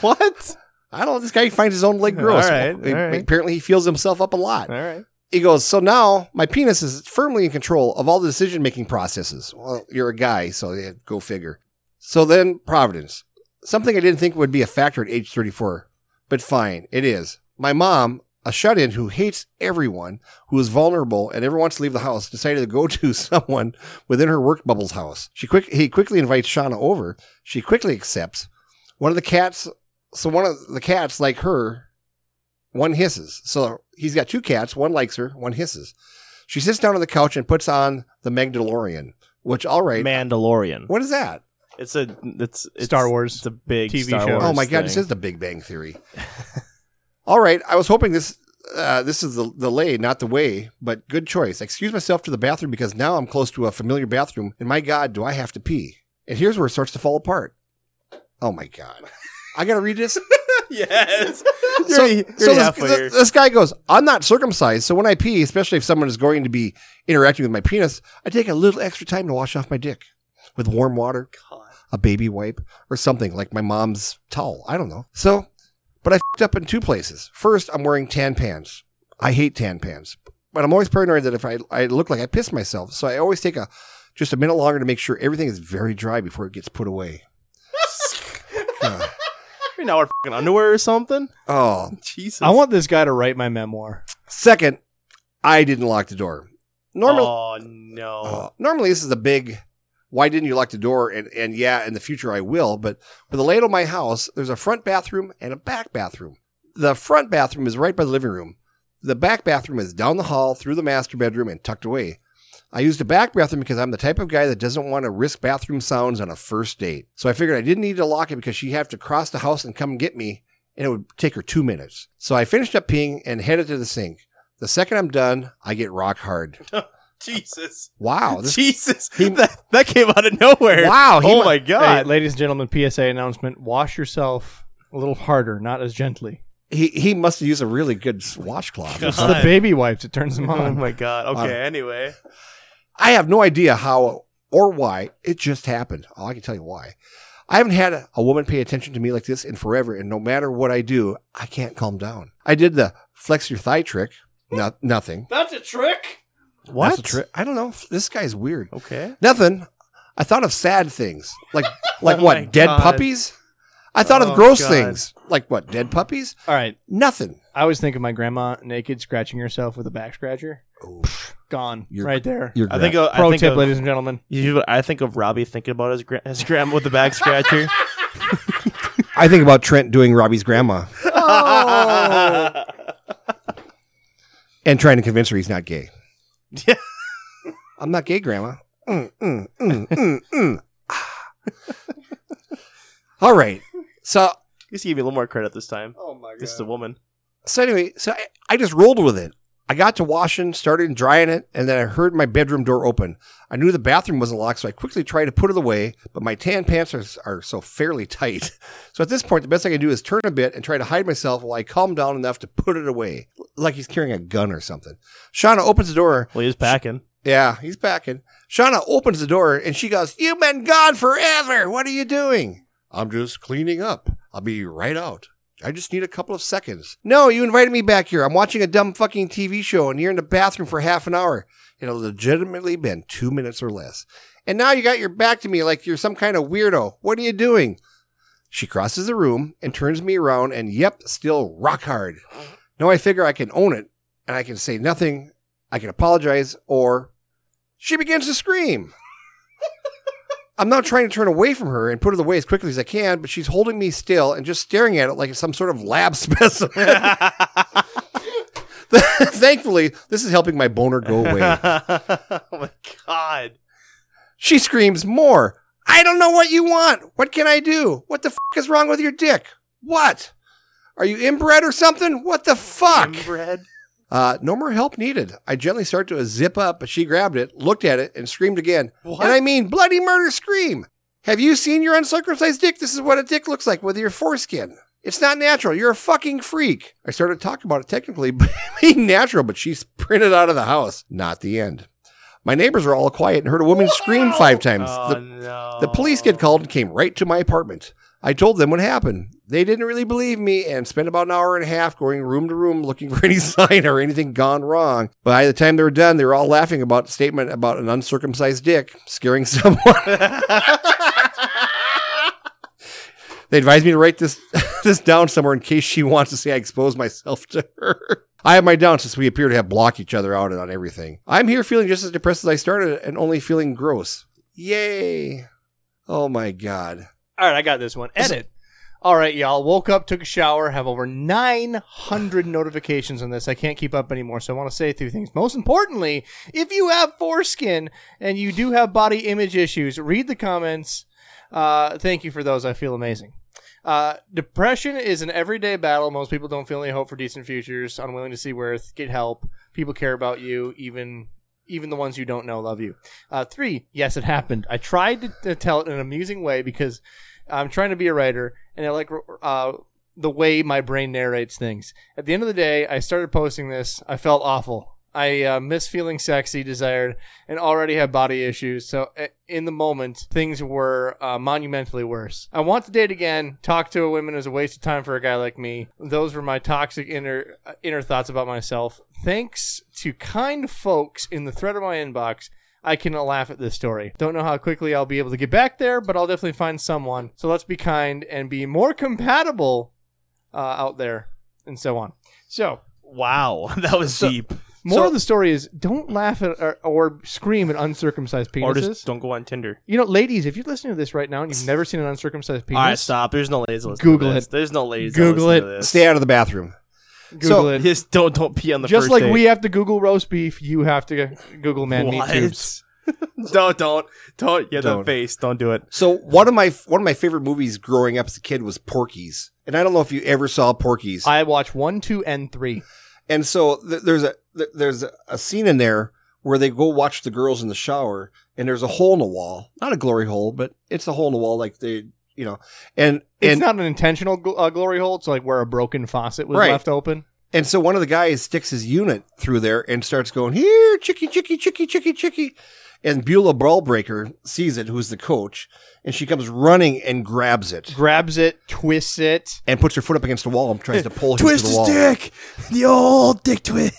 Speaker 6: what?
Speaker 8: I don't know. This guy finds his own leg gross.
Speaker 6: All right, all right.
Speaker 8: Apparently he feels himself up a lot.
Speaker 6: All right.
Speaker 8: He goes, So now my penis is firmly in control of all the decision making processes. Well, you're a guy, so yeah, go figure. So then Providence. Something I didn't think would be a factor at age 34, but fine, it is. My mom, a shut in who hates everyone, who is vulnerable and never wants to leave the house, decided to go to someone within her work bubble's house. She quick he quickly invites Shauna over. She quickly accepts. One of the cats so one of the cats, like her, one hisses. So he's got two cats. One likes her. One hisses. She sits down on the couch and puts on the Magdalorian, which all right.
Speaker 6: Mandalorian.
Speaker 8: What is that?
Speaker 6: It's a it's, it's
Speaker 7: Star Wars
Speaker 6: It's a big
Speaker 7: TV
Speaker 6: Star
Speaker 7: show.
Speaker 6: Wars
Speaker 7: First
Speaker 8: Oh my god,
Speaker 6: thing.
Speaker 8: this is the Big Bang Theory. all right, I was hoping this uh, this is the the lay, not the way, but good choice. I excuse myself to the bathroom because now I'm close to a familiar bathroom, and my god, do I have to pee? And here's where it starts to fall apart. Oh my god, I gotta read this.
Speaker 6: yes. You're
Speaker 8: so,
Speaker 6: already-
Speaker 8: so
Speaker 6: you're already
Speaker 8: this,
Speaker 6: halfway
Speaker 8: th-
Speaker 6: here.
Speaker 8: this guy goes, I'm not circumcised, so when I pee, especially if someone is going to be interacting with my penis, I take a little extra time to wash off my dick with warm water, a baby wipe, or something like my mom's towel. I don't know. So, but I fed up in two places. First, I'm wearing tan pants. I hate tan pants, but I'm always paranoid that if I, I look like I piss myself, so I always take a just a minute longer to make sure everything is very dry before it gets put away.
Speaker 6: You're not wearing fucking underwear or something.
Speaker 8: Oh,
Speaker 6: Jesus.
Speaker 7: I want this guy to write my memoir.
Speaker 8: second, I didn't lock the door. Normally,
Speaker 6: Oh no.
Speaker 8: Uh, normally, this is a big. Why didn't you lock the door? And and yeah, in the future I will. But with the layout of my house, there's a front bathroom and a back bathroom. The front bathroom is right by the living room. The back bathroom is down the hall through the master bedroom and tucked away. I used a back bathroom because I'm the type of guy that doesn't want to risk bathroom sounds on a first date. So I figured I didn't need to lock it because she'd have to cross the house and come get me, and it would take her two minutes. So I finished up peeing and headed to the sink. The second I'm done, I get rock hard.
Speaker 6: Jesus.
Speaker 8: Wow, Oh, this
Speaker 6: Jesus.
Speaker 8: He-
Speaker 6: that, that came out of nowhere.
Speaker 8: Wow, he
Speaker 6: Oh
Speaker 8: mu-
Speaker 6: my
Speaker 7: Hey,
Speaker 6: god.
Speaker 7: ladies and gentlemen, PSA announcement: Wash yourself a little harder, not as gently.
Speaker 8: he he must use a really good washcloth.
Speaker 7: It's the baby wipes. It turns them
Speaker 6: oh
Speaker 7: on.
Speaker 6: my god. Okay. anyway.
Speaker 8: I have no idea how or why it just happened. Oh, I can tell you why. I haven't had a, a woman pay attention to me like this in forever, and no matter what I do, I can't calm down. I did the flex your thigh trick. No, nothing.
Speaker 6: That's a trick.
Speaker 8: That's
Speaker 6: What?
Speaker 8: a tri- I don't know. This guy's weird.
Speaker 6: Okay.
Speaker 8: Nothing. I thought of sad things like like
Speaker 6: Oh my
Speaker 8: what dead
Speaker 6: God.
Speaker 8: puppies. I thought
Speaker 6: Oh,
Speaker 8: of gross
Speaker 6: God.
Speaker 8: things like what dead puppies.
Speaker 7: All right.
Speaker 8: Nothing.
Speaker 7: I was thinking my grandma naked scratching herself with a back scratcher. Psh, Gone.
Speaker 8: You're-
Speaker 7: right there.
Speaker 8: You're
Speaker 6: I think. Of,
Speaker 7: Pro
Speaker 6: I think
Speaker 7: tip,
Speaker 6: of,
Speaker 7: ladies and gentlemen.
Speaker 6: You know what I think of Robbie thinking about his, gra- his grandma with the back scratcher.
Speaker 8: I think about Trent doing Robbie's grandma
Speaker 6: Oh.
Speaker 8: and trying to convince her he's not gay.
Speaker 6: Yeah.
Speaker 8: I'm not gay, grandma. Mm, mm, mm, mm, mm. Ah. All right. So
Speaker 6: You just give me a little more credit this time. Oh my god, this is a woman.
Speaker 8: so anyway, so I, I just rolled with it. I got to washing, started drying it, and then I heard my bedroom door open. I knew the bathroom wasn't locked, so I quickly tried to put it away, but my tan pants are, are so fairly tight. So at this point, the best I can do is turn a bit and try to hide myself while I calm down enough to put it away, like he's carrying a gun or something. Shauna opens the door.
Speaker 6: Well, he was packing.
Speaker 8: Yeah, he's packing. Shauna opens the door and she goes, You've been gone forever. What are you doing? I'm just cleaning up. I'll be right out. I just need a couple of seconds. No, you invited me back here. I'm watching a dumb fucking TV show and you're in the bathroom for half an hour. It'll legitimately been two minutes or less. And now you got your back to me like you're some kind of weirdo. What are you doing? She crosses the room and turns me around and yep, still rock hard. Now I figure I can own it and I can say nothing. I can apologize or she begins to scream. I'm now trying to turn away from her and put it away as quickly as I can, but she's holding me still and just staring at it like it's some sort of lab specimen. Thankfully, this is helping my boner go away.
Speaker 6: oh my god.
Speaker 8: She screams more. I don't know what you want. What can I do? What the f is wrong with your dick? What? Are you inbred or something? What the fuck?
Speaker 6: Inbred.
Speaker 8: Uh, no more help needed. I gently start to zip up, but she grabbed it, looked at it, and screamed again.
Speaker 6: What?
Speaker 8: And I mean, bloody murder scream. Have you seen your uncircumcised dick? This is what a dick looks like with your foreskin. It's not natural. You're a fucking freak. I started talking about it technically being natural, but she sprinted out of the house. Not the end. My neighbors were all quiet and heard a woman scream five times.
Speaker 6: Oh
Speaker 8: The-
Speaker 6: no.
Speaker 8: the police get called and came right to my apartment. I told them what happened. They didn't really believe me and spent about an hour and a half going room to room looking for any sign or anything gone wrong. By the time they were done, they were all laughing about the statement about an uncircumcised dick scaring someone. they advised me to write this this down somewhere in case she wants to say I exposed myself to her. I have my downs since we appear to have blocked each other out on everything. I'm here feeling just as depressed as I started and only feeling gross. Yay. Oh my God.
Speaker 7: All right, I got this one. Edit. All right, y'all. Woke up, took a shower, have over 900 notifications on this. I can't keep up anymore, so I want to say two things. Most importantly, if you have foreskin and you do have body image issues, read the comments. Uh, thank you for those. I feel amazing. Uh, depression is an everyday battle. Most people don't feel any hope for decent futures. Unwilling to see worth, get help. People care about you, even even the ones you don't know love you. Uh, three, yes, it happened. I tried to, to tell it in an amusing way because I'm trying to be a writer, and I like uh, the way my brain narrates things. At the end of the day, I started posting this. I felt awful. I uh, miss feeling sexy, desired, and already had body issues. So uh, in the moment, things were uh, monumentally worse. I want to date again. Talk to a woman is a waste of time for a guy like me. Those were my toxic inner uh, inner thoughts about myself. Thanks to kind folks in the thread of my inbox. I can laugh at this story. Don't know how quickly I'll be able to get back there, but I'll definitely find someone. So let's be kind and be more compatible uh, out there and so on. So,
Speaker 6: Wow, that was deep.
Speaker 7: more
Speaker 6: So-
Speaker 7: of the story is don't laugh at or, or scream at uncircumcised penises.
Speaker 6: Or just don't go on Tinder.
Speaker 7: you know, ladies, if you're listening to this right now and you've never seen an uncircumcised penis,
Speaker 6: All right, stop. There's no ladies. listening to
Speaker 7: Google
Speaker 6: this.
Speaker 7: it.
Speaker 6: There's no ladies.
Speaker 7: Google
Speaker 6: listening
Speaker 7: it.
Speaker 6: to this.
Speaker 8: Stay out of the bathroom.
Speaker 7: Google
Speaker 8: So,
Speaker 7: it.
Speaker 6: Just don't don't pee on the
Speaker 7: Just
Speaker 6: first
Speaker 7: like
Speaker 6: date.
Speaker 7: we have to Google roast beef, you have to Google man meat
Speaker 6: What?
Speaker 7: tubes.
Speaker 6: don't don't don't. Yeah, the
Speaker 8: Don't.
Speaker 6: face. Don't do it.
Speaker 8: So one of my one of my favorite movies growing up as a kid was Porky's. And I don't know if you ever saw Porky's.
Speaker 7: I watch one, two, and three.
Speaker 8: And so th- there's a th- there's a- a scene in there where they go watch the girls in the shower, and there's a hole in the wall, not a glory hole, but it's a hole in the wall, like they, you know, and
Speaker 7: It's
Speaker 8: and
Speaker 7: not an intentional gl- uh, glory hole. It's like where a broken faucet was
Speaker 8: Right.
Speaker 7: left open.
Speaker 8: and so one of the guys sticks his unit through there and starts going here, chicky, chicky, chicky, chicky, chicky, and Beulah Brawlbreaker sees it, who's the coach, and she comes running and grabs it
Speaker 7: grabs it, twists it.
Speaker 8: and puts her foot up against the wall and tries to pull him
Speaker 6: Twist
Speaker 8: to the
Speaker 6: his
Speaker 8: wall.
Speaker 6: dick. The old dick twist.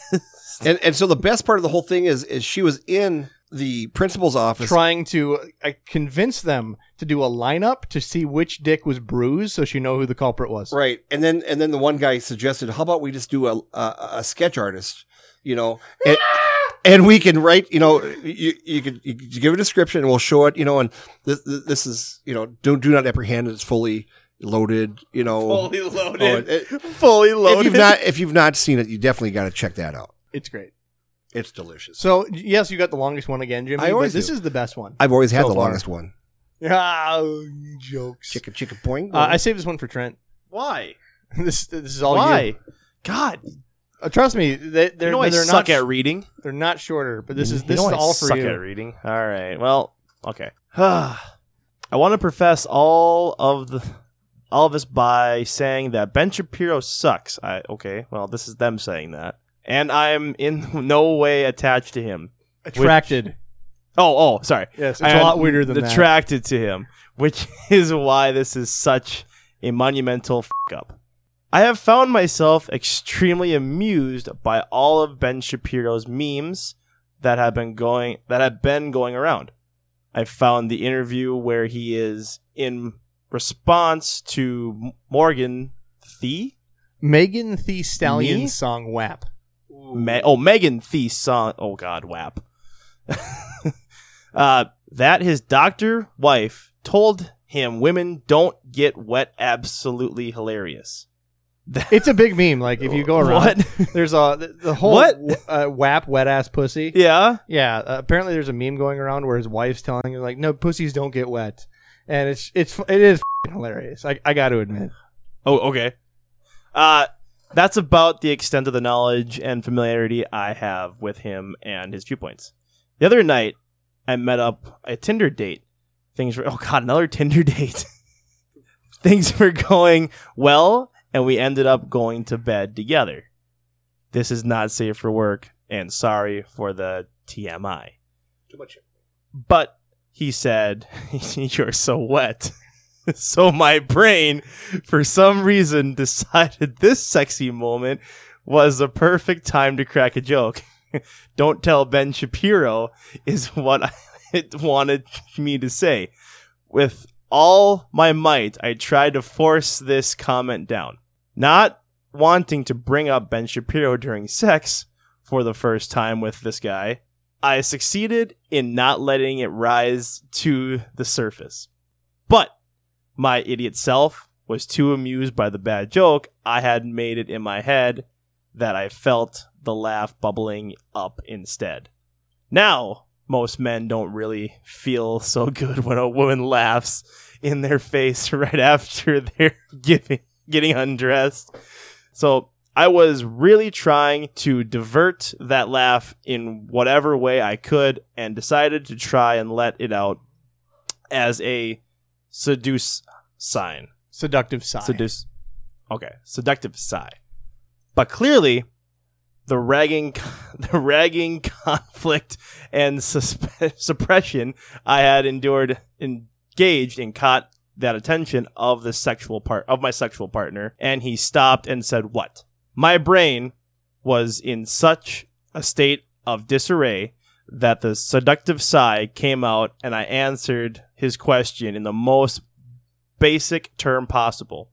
Speaker 8: And and so the best part of the whole thing is is she was in the principal's office.
Speaker 9: trying to uh, convince them to do a lineup to see which dick was bruised so she know who the culprit was.
Speaker 8: Right, and then and then the one guy suggested, "How about we just do a a, a sketch artist, you know, and,
Speaker 6: Ah!
Speaker 8: and we can write, you know, you you could you could give a description and we'll show it, you know, and this this is you know, don't do not apprehend, it's fully loaded, you know,
Speaker 7: Fully loaded.
Speaker 8: Oh, it-
Speaker 7: Fully
Speaker 8: if
Speaker 7: loaded.
Speaker 8: you've not if you've not seen it, you definitely got to check that out.
Speaker 9: It's great.
Speaker 8: It's delicious.
Speaker 9: So yes, you got the longest one again, Jimmy.
Speaker 8: I
Speaker 9: but
Speaker 8: always
Speaker 9: this
Speaker 8: do.
Speaker 9: is the best one.
Speaker 8: I've always had
Speaker 9: So
Speaker 8: the
Speaker 9: far.
Speaker 8: longest one.
Speaker 9: Ah, jokes.
Speaker 8: Chicka chicka boing.
Speaker 9: Uh, I saved this one for Trent.
Speaker 7: Why?
Speaker 9: this this is all
Speaker 7: Why?
Speaker 9: you.
Speaker 7: God,
Speaker 9: Uh, trust me, they, they're
Speaker 7: you know I
Speaker 9: they're
Speaker 7: suck
Speaker 9: not
Speaker 7: at reading.
Speaker 9: they're not shorter, but this is
Speaker 7: You
Speaker 9: this
Speaker 7: know
Speaker 9: is
Speaker 7: I
Speaker 9: all for
Speaker 7: suck
Speaker 9: you.
Speaker 7: at reading. All right. Well, okay. I want to profess all of the all of this by saying that Ben Shapiro sucks. I okay. Well, this is them saying that, and I'm in no way attached to him.
Speaker 9: Attracted.
Speaker 7: Oh, oh, sorry.
Speaker 9: Yes, it's
Speaker 7: I
Speaker 9: a
Speaker 7: am
Speaker 9: lot weirder than that.
Speaker 7: attracted to him, which is why this is such a monumental f up. I have found myself extremely amused by all of Ben Shapiro's memes that have been going that have been going around. I found the interview where he is in response to M- Morgan Thee,
Speaker 9: Megan the Stallion
Speaker 7: Me?
Speaker 9: song WAP.
Speaker 7: Me- oh Megan Thee's song. Oh God, WAP. uh, that his doctor wife told him women don't get wet. Absolutely hilarious.
Speaker 9: It's a big meme. Like if you go around,
Speaker 7: What?
Speaker 9: there's a the, the whole
Speaker 7: What?
Speaker 9: w- uh, WAP wet ass pussy.
Speaker 7: yeah.
Speaker 9: Yeah, uh, apparently there's a meme going around where his wife's telling him like, "No, pussies don't get wet," and it's it's it is f***ing hilarious. I, I got to admit,
Speaker 7: Oh, okay. Uh, that's about the extent of the knowledge and familiarity I have with him and his viewpoints. The other night, I met up a Tinder date. Things were oh god, another Tinder date. Things were going well, and we ended up going to bed together. This is not safe for work, and sorry for the TMI.
Speaker 8: Too much.
Speaker 7: But he said, You're so wet. so my brain, for some reason, decided this sexy moment was the perfect time to crack a joke. Don't tell Ben Shapiro is what I, it wanted me to say. With all my might, I tried to force this comment down. Not wanting to bring up Ben Shapiro during sex for the first time with this guy, I succeeded in not letting it rise to the surface. But my idiot self was too amused by the bad joke I had made it in my head that I felt the laugh bubbling up instead. Now, most men don't really feel so good when a woman laughs in their face right after they're giving, getting undressed. So I was really trying to divert that laugh in whatever way I could and decided to try and let it out as a seduce sign.
Speaker 9: seductive side.
Speaker 7: Seduce. Okay, seductive sigh. But clearly, the ragging, the ragging conflict and suspe- suppression I had endured, engaged, and caught that attention of the sexual part of my sexual partner, and he stopped and said, "What?" My brain was in such a state of disarray that the seductive sigh came out, and I answered his question in the most basic term possible.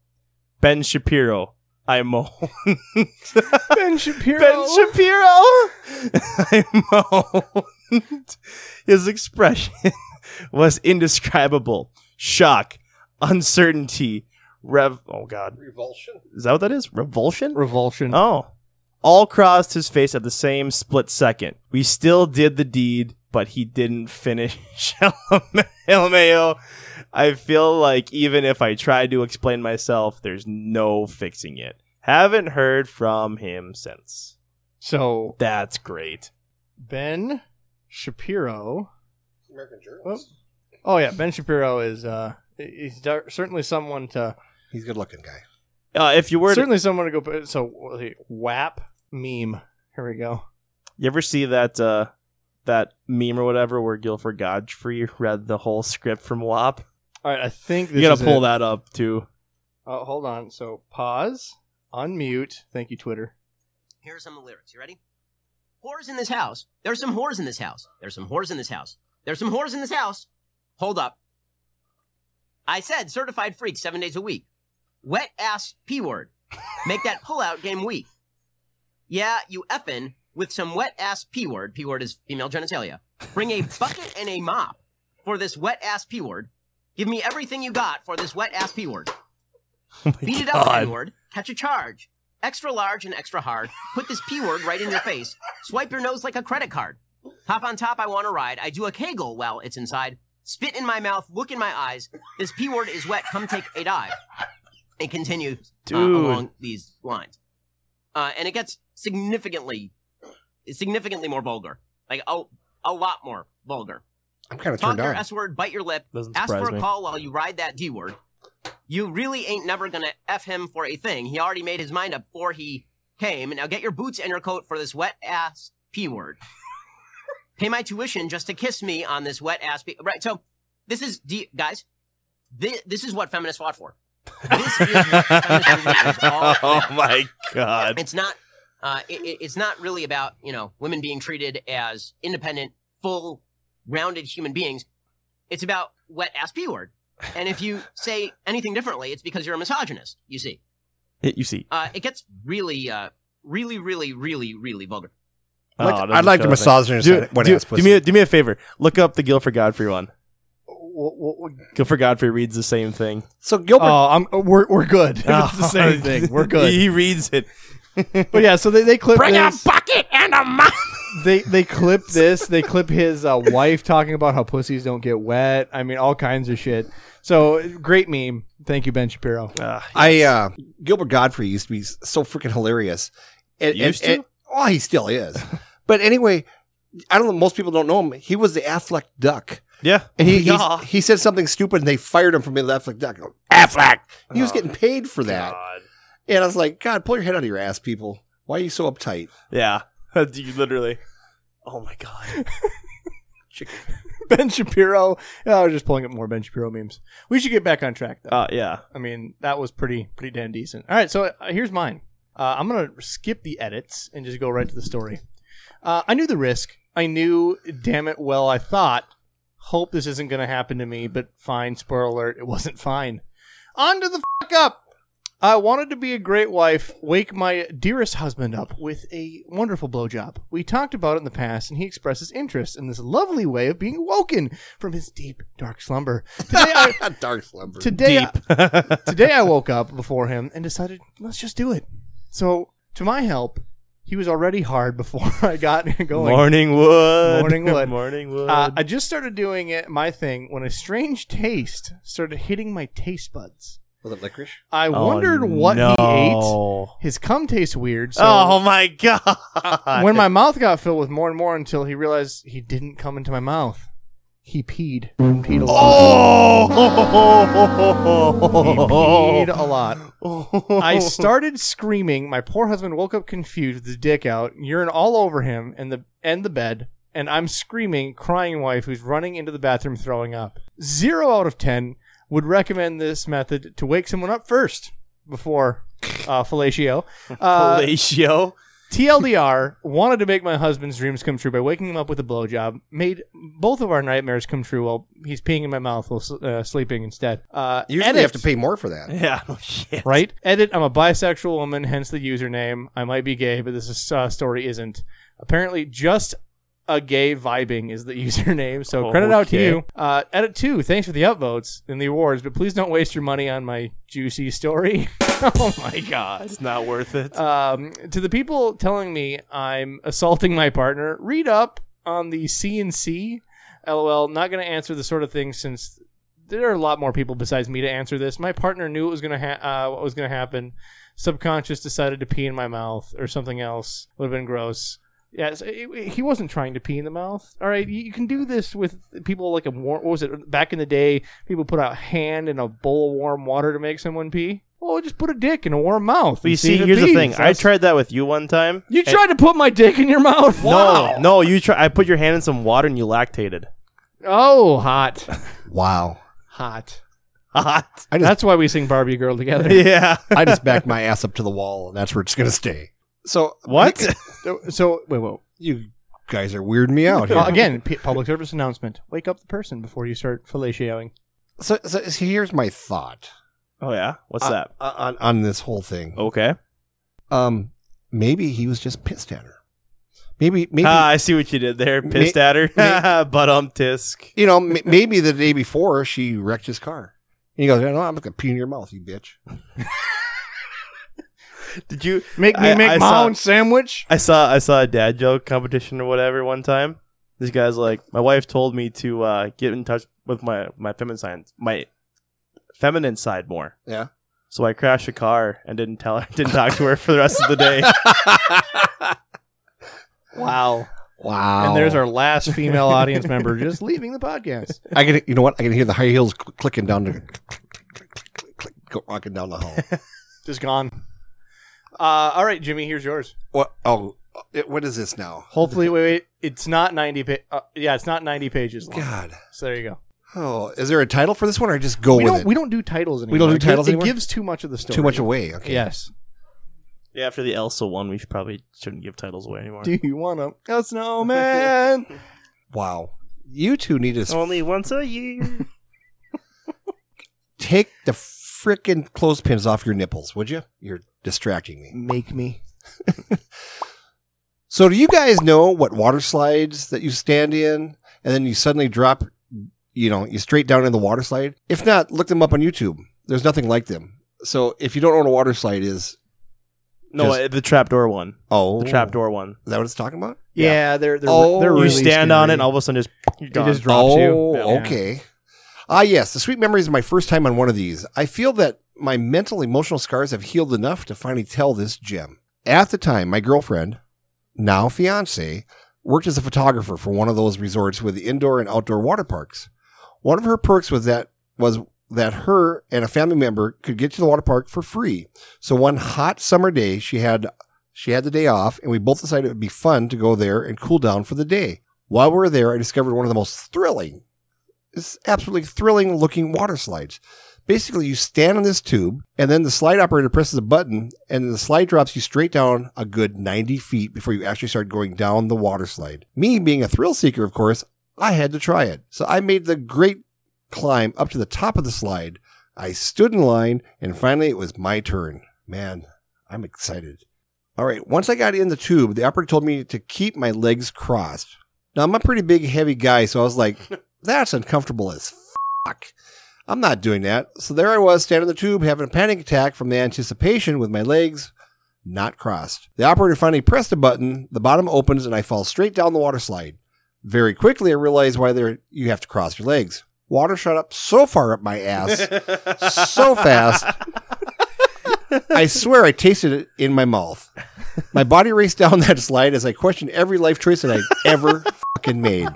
Speaker 7: Ben Shapiro. I moan.
Speaker 9: Ben Shapiro.
Speaker 7: ben Shapiro. I moaned. His expression was indescribable. Shock, uncertainty, rev. Oh God,
Speaker 8: Revulsion.
Speaker 7: is that what that is? Revulsion.
Speaker 9: Revulsion.
Speaker 7: Oh. All crossed his face at the same split second. We still did the deed, but he didn't finish LMAO. I feel like even if I try to explain myself, there's no fixing it. Haven't heard from him since.
Speaker 9: So
Speaker 7: That's great.
Speaker 9: Ben Shapiro. American journalist. Oh, yeah, Ben Shapiro is uh, he's dar- certainly someone to
Speaker 8: He's a good looking guy.
Speaker 7: Uh, if you were to,
Speaker 9: certainly someone to go. put- So what is it? WAP meme. Here we go.
Speaker 7: you ever see that uh, that meme or whatever where Guilford Godfrey read the whole script from WAP?
Speaker 9: All right, I think this
Speaker 7: you
Speaker 9: is
Speaker 7: gotta pull
Speaker 9: it.
Speaker 7: that up too. Uh,
Speaker 9: Oh, hold on. So pause, unmute. Thank you, Twitter.
Speaker 3: Here are some of the lyrics. You ready? Whores in this house. There's some whores in this house. There's some whores in this house. There's some whores in this house. Hold up. I said certified freak seven days a week. Wet ass P word. Make that pullout game weak. Yeah, you effin' with some wet ass P word. P word is female genitalia. Bring a bucket and a mop for this wet ass P word. Give me everything you got for this wet ass P word. Beat it up,
Speaker 6: God.
Speaker 3: N word. Catch a charge. Extra large and extra hard. Put this P word right in your face. Swipe your nose like a credit card. Hop on top, I want to ride. I do a kegel while it's inside. Spit in my mouth, look in my eyes. This P word is wet, come take a dive. It continues uh,
Speaker 6: Dude.
Speaker 3: along these lines. Uh, and it gets significantly, significantly more vulgar. Like, a, a lot more vulgar.
Speaker 8: I'm kind of
Speaker 3: Talk
Speaker 8: turned
Speaker 3: your
Speaker 8: on.
Speaker 3: S word, bite your lip,
Speaker 6: Doesn't
Speaker 3: ask
Speaker 6: surprise
Speaker 3: for a
Speaker 6: me.
Speaker 3: call while you ride that D word. You really ain't never gonna F him for a thing. He already made his mind up before he came. Now get your boots and your coat for this wet ass P word. Pay my tuition just to kiss me on this wet ass P. Right, so this is, D- guys, this, this is what feminists fought for. This is what feminist movement was all
Speaker 6: oh my god.
Speaker 3: it's not uh, it, it- it's not really about you know women being treated as independent full rounded human beings it's about wet ass p word and if you say anything differently it's because you're a misogynist you see
Speaker 6: You see.
Speaker 3: uh, it gets really uh, really really really really vulgar
Speaker 8: I'd
Speaker 6: Oh,
Speaker 8: like- I'd like to massage her
Speaker 6: do,
Speaker 8: inside wet
Speaker 6: do,
Speaker 8: ass
Speaker 6: do
Speaker 8: pussy.
Speaker 6: me a, do me a favor. Look up the Guilford Godfrey one.
Speaker 7: Wha- wha- wha-
Speaker 6: Guilford Godfrey reads the same thing.
Speaker 8: So Gilbert,
Speaker 7: Oh, I'm, we're, we're good. it's the same thing. We're good.
Speaker 6: he reads it.
Speaker 7: But yeah, so they, they clip
Speaker 6: Bring
Speaker 7: this.
Speaker 6: a bucket and a mop.
Speaker 7: they they clip this. They clip his uh, wife talking about how pussies don't get wet. I mean, all kinds of shit. So great meme. Thank you, Ben Shapiro.
Speaker 6: Ah,
Speaker 8: I uh, Gilbert Godfrey used to be so freaking hilarious. And,
Speaker 6: Used to?
Speaker 8: oh, he still is. but anyway, I don't know. Most people don't know him. He was the Affleck Duck.
Speaker 6: Yeah.
Speaker 8: And he, he's-
Speaker 6: Yeah.
Speaker 8: he said something stupid, and they fired him from the Affleck Duck. Affleck. He was getting paid for that, and I was like, God, pull your head out of your ass, people. Why are you so uptight?
Speaker 6: Yeah. you literally. Oh my god.
Speaker 7: Ben Shapiro. Oh, we're just pulling up more Ben Shapiro memes. We should get back on track though.
Speaker 6: Uh, yeah.
Speaker 7: I mean, that was pretty pretty damn decent. All right, so uh, here's mine. Uh, I'm gonna skip the edits and just go right to the story. Uh, I knew the risk. I knew, damn it, well, I thought, hope this isn't gonna happen to me. But fine, spoiler alert, it wasn't fine. On to the fuck up. I wanted to be a great wife, wake my dearest husband up with a wonderful blowjob. We talked about it in the past, and he expressed his interest in this lovely way of being woken from his deep, dark slumber. Today, I,
Speaker 8: Dark slumber.
Speaker 7: today today I woke up before him and decided let's just do it. So to my help, he was already hard before I got going.
Speaker 6: Morning wood.
Speaker 7: Morning wood.
Speaker 6: Morning wood.
Speaker 7: Uh, I just started doing it my thing when a strange taste started hitting my taste buds.
Speaker 8: Was it licorice?
Speaker 7: I
Speaker 6: Oh,
Speaker 7: wondered what
Speaker 6: no.
Speaker 7: he ate. His cum tastes weird. So
Speaker 6: oh my god.
Speaker 7: when my mouth got filled with more and more until he realized he didn't come into my mouth. He peed. peed a lot. He
Speaker 6: Oh.
Speaker 7: peed a lot. I started screaming. My poor husband woke up confused with his dick out, urine all over him and the and the bed, and I'm screaming, crying wife who's running into the bathroom throwing up. Zero out of ten would recommend this method to wake someone up first before uh, fellatio. Uh,
Speaker 6: Palatio.
Speaker 7: TLDR wanted to make my husband's dreams come true by waking him up with a blowjob. Made both of our nightmares come true while he's peeing in my mouth while s- uh, sleeping instead. Uh,
Speaker 8: Usually
Speaker 7: edit
Speaker 8: you have to pay more for that.
Speaker 6: Yeah. Oh, shit.
Speaker 7: right? Edit, I'm a bisexual woman, hence the username. I might be gay, but this is, uh, story isn't. Apparently, just a gay vibing is the username. So credit out to
Speaker 6: Okay.
Speaker 7: you. Uh, edit two, thanks for the upvotes and the awards, but please don't waste your money on my juicy story. oh my God.
Speaker 6: It's not worth it.
Speaker 7: Um, to the people telling me I'm assaulting my partner, read up on the CNC. LOL, not going to answer the sort of thing since there are a lot more people besides me to answer this. My partner knew it was going to ha- uh, what was going to happen. Subconscious decided to pee in my mouth or something else. Would have been gross. Yeah, so it- it- he wasn't trying to pee in the mouth. All right, you, you can do this with people like a warm. What was it back in the day? People put a hand in a bowl of warm water to make someone pee. Well, just put a dick in a warm mouth.
Speaker 6: But
Speaker 7: and
Speaker 6: you see,
Speaker 7: if it
Speaker 6: here's the
Speaker 7: pees.
Speaker 6: thing. I
Speaker 7: That's-
Speaker 6: tried that with you one time.
Speaker 7: You tried to put my dick in your mouth.
Speaker 6: No, no, you try. I put your hand in some water and you lactated.
Speaker 7: Oh, hot,
Speaker 8: Wow.
Speaker 7: hot.
Speaker 6: Hot.
Speaker 8: I just
Speaker 7: That's why we sing Barbie Girl together.
Speaker 6: Yeah.
Speaker 8: I just backed my ass up to the wall, and that's where it's gonna stay. So
Speaker 6: What?
Speaker 7: So wait, whoa.
Speaker 8: you guys are weirding me out
Speaker 7: Well,
Speaker 8: here.
Speaker 7: again, p- public service announcement. Wake up the person before you start fellatioing.
Speaker 8: so, so so here's my thought
Speaker 6: Oh yeah. What's
Speaker 7: Uh,
Speaker 8: on-
Speaker 6: that?
Speaker 8: on on this whole thing.
Speaker 6: Okay.
Speaker 8: Um, maybe he was just pissed at her. Maybe maybe
Speaker 6: Ah, I see what you did there.
Speaker 8: May-
Speaker 6: Pissed at her. but um tisk.
Speaker 8: you know m- maybe the day before she wrecked his car. And he goes, "No, I'm gonna pee in your mouth, you bitch."
Speaker 6: Did you
Speaker 7: Make me
Speaker 6: I-
Speaker 7: make
Speaker 6: I
Speaker 7: my
Speaker 6: saw-
Speaker 7: own sandwich.
Speaker 6: I saw I saw a dad joke competition or whatever one time. This guy's like, my wife told me to uh, get in touch with my my feminine side, my feminine side more.
Speaker 8: Yeah.
Speaker 6: So I crashed a car and didn't tell her, didn't talk to her for the rest of the day.
Speaker 7: Wow.
Speaker 8: Wow.
Speaker 7: And there's our last female audience member just leaving the podcast.
Speaker 8: I can you know what? I can hear the high heels cl- clicking down the click, click, click, click, click, click, go walking down the hall.
Speaker 7: Just gone. Uh, all right, Jimmy, here's yours.
Speaker 8: what? Oh, it, what is this now?
Speaker 7: Hopefully, wait, wait. It's not 90 pa- uh, Yeah, it's not 90 pages long.
Speaker 8: God.
Speaker 7: So there you go.
Speaker 8: Oh, is there a title for this one, or I just go
Speaker 7: we
Speaker 8: with
Speaker 7: don't
Speaker 8: it?
Speaker 7: we don't do titles anymore.
Speaker 8: We don't do
Speaker 7: It gi-
Speaker 8: titles
Speaker 7: it,
Speaker 8: anymore?
Speaker 7: gives too much of the story.
Speaker 8: Too much away. Okay.
Speaker 7: Yes.
Speaker 6: yeah, after the Elsa one, we should probably shouldn't give titles away anymore.
Speaker 7: Do you want Oh, to? A snowman.
Speaker 8: Oh, Wow. You two need to
Speaker 7: Oh.
Speaker 8: s-
Speaker 6: Only once a year.
Speaker 8: take the freaking clothespins off your nipples, would you? You're distracting me.
Speaker 7: Make me.
Speaker 8: So, do you guys know what water slides that you stand in, and then you suddenly drop, you know, you straight down in the water slide? If not, look them up on YouTube. There's nothing like them. So, if you don't know what a water slide is,
Speaker 6: no,
Speaker 8: Just-
Speaker 6: uh, the trapdoor one.
Speaker 8: oh,
Speaker 6: The trapdoor one.
Speaker 8: Is that what it's talking about?
Speaker 7: Yeah, they're they're,
Speaker 8: Oh,
Speaker 7: they're
Speaker 8: you
Speaker 7: really
Speaker 6: you stand on it,
Speaker 7: scary.
Speaker 6: and all of a sudden, just you're gone.
Speaker 7: just drops you.
Speaker 8: oh,
Speaker 7: Yeah.
Speaker 8: okay. Ah, yes. The sweet memories of my first time on one of these. I feel that my mental emotional scars have healed enough to finally tell this gem. At the time, my girlfriend, now fiance, worked as a photographer for one of those resorts with indoor and outdoor water parks. One of her perks was that was that her and a family member could get to the water park for free. So one hot summer day, she had she had the day off, and we both decided it would be fun to go there and cool down for the day. While we were there, I discovered one of the most thrilling, it's absolutely thrilling looking water slides. Basically, you stand on this tube, and then the slide operator presses a button, and the slide drops you straight down a good 90 feet before you actually start going down the water slide. Me being a thrill seeker, of course, I had to try it. So I made the great climb up to the top of the slide. I stood in line, and finally it was my turn. Man, I'm excited. All right, once I got in the tube, the operator told me to keep my legs crossed. Now, I'm a pretty big, heavy guy, so I was like, that's uncomfortable as fuck. I'm not doing that. So there I was, standing in the tube, having a panic attack from the anticipation with my legs not crossed. The operator finally pressed a button, the bottom opens, and I fall straight down the water slide. Very quickly, I realized why there, you have to cross your legs. Water shot up so far up my ass, so fast. I swear I tasted it in my mouth. My body raced down that slide as I questioned every life choice that I ever fucking made.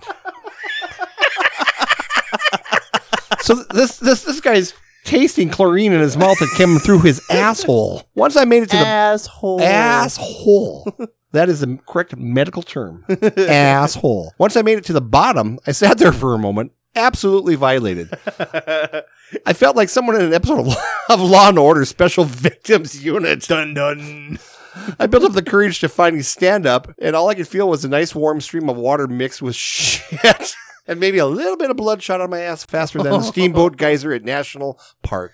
Speaker 8: So th- this this this guy's tasting chlorine in his mouth that came through his asshole. Once I made it to the
Speaker 6: asshole.
Speaker 8: asshole. That is the correct medical term. asshole. Once I made it to the bottom, I sat there for a moment, absolutely violated. I felt like someone in an episode of, of Law and Order Special Victims Unit. Dun dun. I built up the courage to finally stand up, and all I could feel was a nice warm stream of water mixed with shit. And maybe a little bit of blood shot on my ass faster than a steamboat geyser at National Park.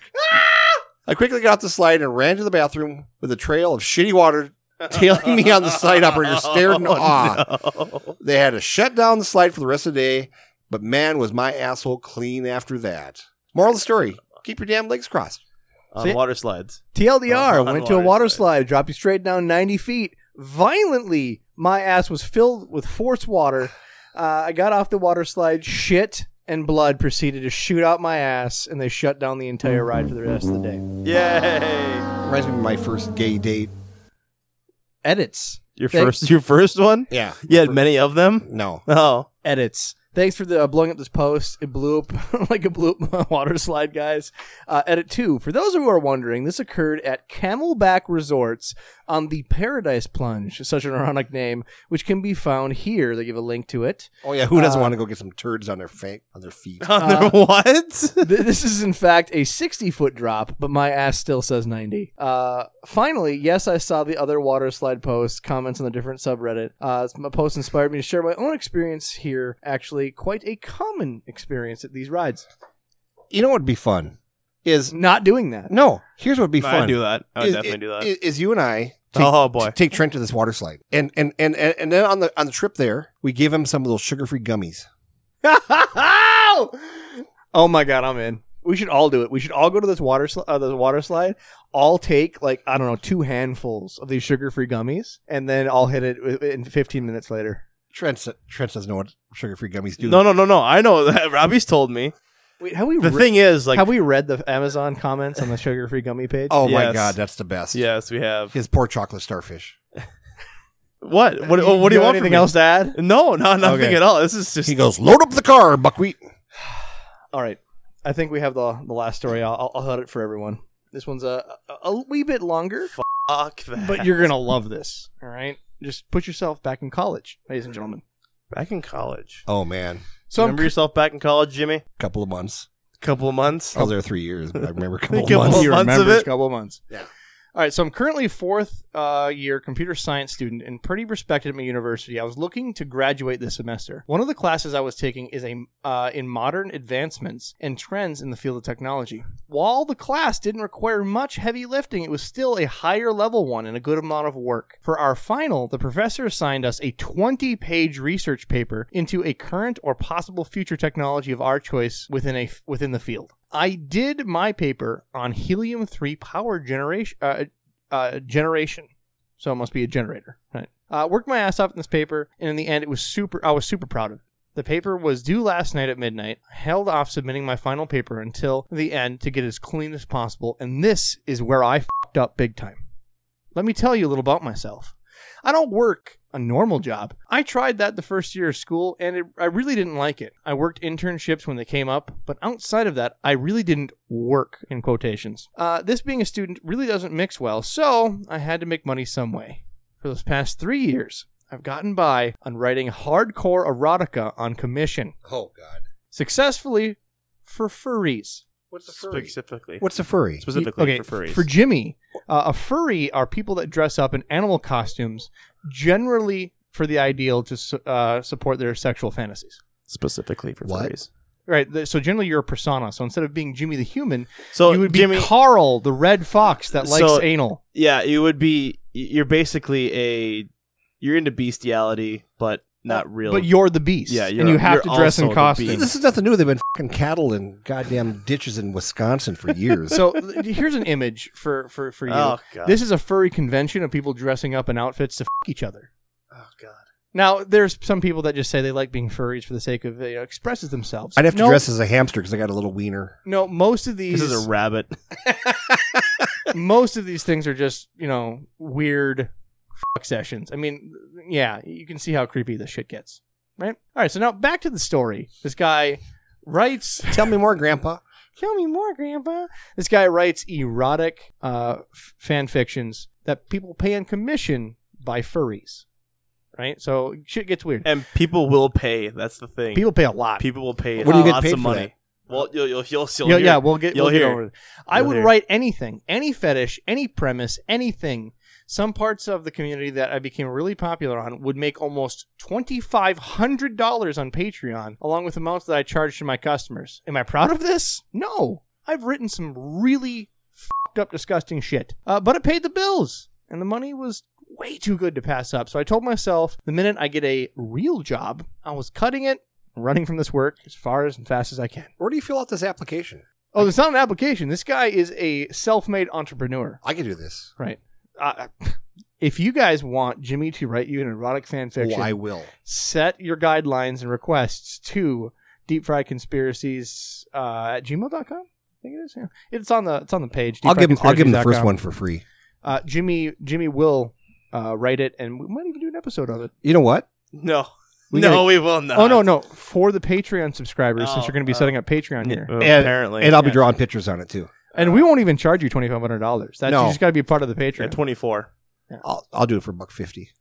Speaker 8: I quickly got off the slide and ran to the bathroom with a trail of shitty water tailing me on the slide operator stared
Speaker 6: Oh,
Speaker 8: in awe. They had to shut down the slide for the rest of the day, but man, was my asshole clean after that. Moral of the story keep your damn legs crossed.
Speaker 6: On Uh, water slides.
Speaker 7: TLDR
Speaker 6: On- on
Speaker 7: went to a
Speaker 6: water
Speaker 7: water
Speaker 6: slide.
Speaker 7: slide, dropped you straight down 90 feet. Violently, my ass was filled with force water. Uh, I got off the water slide, shit and blood proceeded to shoot out my ass, and they shut down the entire ride for the rest of the day.
Speaker 6: Yay!
Speaker 8: Reminds me of my first gay date.
Speaker 7: Edits.
Speaker 6: Your
Speaker 7: Thank-
Speaker 6: first, your first one.
Speaker 8: Yeah.
Speaker 6: You had many of them.
Speaker 8: No.
Speaker 6: Oh,
Speaker 7: Edits. Thanks for the, uh, blowing up this post. It blew up like a blew up water slide, guys. Uh, edit two. For those who are wondering, this occurred at Camelback Resorts on the Paradise Plunge, such an ironic name, which can be found here. They give a link to it.
Speaker 8: Oh yeah, who
Speaker 6: Uh,
Speaker 8: doesn't want to go get some turds on their fa- on their feet?
Speaker 6: what?
Speaker 7: Uh, Th- this is in fact a 60 foot drop, but my ass still says 90. Uh, finally, yes, I saw the other water slide posts, comments on the different subreddit. Uh, it's- my post inspired me to share my own experience here. Actually, quite a common experience at these rides.
Speaker 8: You know what would be fun is
Speaker 7: Not doing that.
Speaker 8: no. Here's what would be fun.
Speaker 6: I'd do that. I would
Speaker 8: is-
Speaker 6: definitely do that.
Speaker 8: Is, is you and I take,
Speaker 6: oh boy.
Speaker 8: t- take Trent to this water slide, and and, and and and then on the on the trip there, we give him some of those sugar free gummies.
Speaker 7: oh my god, I'm in. We should all do it. We should all go to this water sli- uh, the water slide. All take like I don't know two handfuls of these sugar free gummies, and then I'll hit it wi- in 15 minutes later.
Speaker 8: Trent Trent doesn't know what sugar free gummies do.
Speaker 6: No, no, no, no. I know that. Robbie's told me.
Speaker 7: Wait, have we
Speaker 6: The
Speaker 7: re-
Speaker 6: thing is, like,
Speaker 7: have we read the Amazon comments on the sugar free gummy page?
Speaker 8: Oh my
Speaker 6: Yes.
Speaker 8: god, that's the best.
Speaker 6: yes, we have.
Speaker 8: His poor chocolate starfish.
Speaker 6: What? What? oh, what do you
Speaker 7: have
Speaker 6: want? from
Speaker 7: Anything
Speaker 6: me?
Speaker 7: else to add?
Speaker 6: No, no, nothing
Speaker 8: Okay.
Speaker 6: at all. This is just.
Speaker 8: He goes, load up the car, buckwheat.
Speaker 7: All right, I think we have the the last story. I'll I'll, I'll hut it for everyone. This one's a, a a wee bit longer,
Speaker 6: Fuck that.
Speaker 7: but you're gonna love this. All right, just put yourself back in college, ladies and gentlemen.
Speaker 6: back in college.
Speaker 8: Oh man,
Speaker 7: So I'm
Speaker 6: Remember yourself back in college, Jimmy?
Speaker 8: couple of months.
Speaker 6: Couple of months.
Speaker 7: Oh,
Speaker 8: I was there three years. but I remember a couple of
Speaker 6: Couple
Speaker 8: months.
Speaker 6: of
Speaker 7: he
Speaker 6: months of
Speaker 7: remembers
Speaker 6: it?
Speaker 7: couple of months.
Speaker 8: Yeah.
Speaker 7: All right, so I'm currently fourth uh, year computer science student and pretty respected at my university. I was looking to graduate this semester. One of the classes I was taking is a uh, in modern advancements and trends in the field of technology. While the class didn't require much heavy lifting, it was still a higher level one and a good amount of work. For our final, the professor assigned us a 20 page research paper into a current or possible future technology of our choice within a within the field. I did my paper on helium three power generation uh, uh, generation, so it must be a generator. Right. Uh, worked my ass off in this paper, and in the end, it was super. I was super proud of it. The paper was due last night at midnight. I held off submitting my final paper until the end to get as clean as possible, and this is where I fucked up big time. Let me tell you a little about myself. I don't work a normal job. I tried that the first year of school and it, I really didn't like it. I worked internships when they came up, but outside of that, I really didn't work in quotations. Uh, this being a student really doesn't mix well, so I had to make money some way. For those past three years, I've gotten by on writing hardcore erotica on commission
Speaker 8: Oh god,
Speaker 7: successfully for furries.
Speaker 8: what's a
Speaker 6: Specifically.
Speaker 8: What's a furry?
Speaker 6: Specifically
Speaker 7: okay,
Speaker 6: for furries.
Speaker 7: For Jimmy, uh, a furry are people that dress up in animal costumes, generally for the ideal to su- uh, support their sexual fantasies.
Speaker 6: Specifically for
Speaker 8: What?
Speaker 6: furries.
Speaker 7: Right. th- So generally, you're a persona. So instead of being Jimmy the human,
Speaker 6: So
Speaker 7: you would be
Speaker 6: Jimmy,
Speaker 7: Carl, the red fox that likes
Speaker 6: So-
Speaker 7: anal.
Speaker 6: yeah, you would be. You're basically a. You're into bestiality, but not real.
Speaker 7: But you're the beast.
Speaker 6: Yeah,
Speaker 7: and
Speaker 6: you're-
Speaker 7: you have
Speaker 6: you're
Speaker 7: to dress in
Speaker 6: also the
Speaker 7: costume.
Speaker 6: beast.
Speaker 8: This is nothing new. They've been fucking cattle in goddamn ditches in Wisconsin for years.
Speaker 7: so l- here's an image for for for you.
Speaker 6: Oh, God.
Speaker 7: This is a furry convention of people dressing up in outfits to f- each other.
Speaker 6: Oh god.
Speaker 7: Now, there's some people that just say they like being furries for the sake of you know, expresses themselves.
Speaker 8: I'd have to
Speaker 7: No,
Speaker 8: dress as a hamster because I got a little wiener.
Speaker 7: No, most of
Speaker 6: This
Speaker 7: these
Speaker 6: is a rabbit.
Speaker 7: most of these things are just you know weird fuck sessions. I mean, yeah, you can see how creepy this shit gets, right? All right, so now back to the story. This guy writes.
Speaker 8: Tell me more, Grandpa.
Speaker 7: Tell me more, Grandpa. This guy writes erotic uh, f- fan fictions that people pay on commission by furries, right? So shit gets weird.
Speaker 6: And people will pay. That's the thing.
Speaker 7: People pay a lot.
Speaker 6: People will pay
Speaker 8: What do you get
Speaker 6: lots
Speaker 8: paid
Speaker 6: of
Speaker 8: for
Speaker 6: money.
Speaker 8: that?
Speaker 6: Well, you'll you'll, you'll, you'll
Speaker 7: yeah,
Speaker 6: hear.
Speaker 7: yeah, we'll get.
Speaker 6: You'll
Speaker 7: we'll get
Speaker 6: hear.
Speaker 7: over it. I
Speaker 6: You'll
Speaker 7: would
Speaker 6: hear.
Speaker 7: write anything, any fetish, any premise, anything. Some parts of the community that I became really popular on would make almost twenty five hundred dollars on Patreon, along with amounts that I charged to my customers. Am I proud of this? No, I've written some really fucked up, disgusting shit, uh, but it paid the bills, and the money was way too good to pass up. So I told myself, the minute I get a real job, I was cutting it, running from this work as far as and fast as I can.
Speaker 8: Where do you fill out this application?
Speaker 7: Oh, it's not an application. This guy is a self-made entrepreneur,
Speaker 8: I could do this.
Speaker 7: right? Uh, if you guys want Jimmy to write you an erotic fan
Speaker 8: Oh,
Speaker 7: fiction,
Speaker 8: I will.
Speaker 7: set your guidelines and requests to deepfriedconspiracies uh, at gmail.com. I think it is. Yeah. It's on the it's on the page.
Speaker 8: I'll give him. I'll give him the first
Speaker 7: deepfriedconspiracies.com.
Speaker 8: one for free.
Speaker 7: Uh, Jimmy Jimmy will uh, write it, and we might even do an episode of it.
Speaker 8: You know what?
Speaker 6: No.
Speaker 8: We
Speaker 6: no,
Speaker 8: gotta-
Speaker 6: we will not.
Speaker 7: Oh no, no, for the Patreon subscribers,
Speaker 6: Oh,
Speaker 7: since you're going to be setting up Patreon here,
Speaker 8: and,
Speaker 6: apparently,
Speaker 8: and I'll be
Speaker 6: yeah.
Speaker 8: drawing pictures on it too.
Speaker 7: and we won't even charge you twenty five hundred dollars. That's
Speaker 8: No.
Speaker 7: you just got to be part of the
Speaker 6: Yeah,
Speaker 7: Patreon.
Speaker 6: twenty four.
Speaker 8: I'll, I'll do it for buck fifty.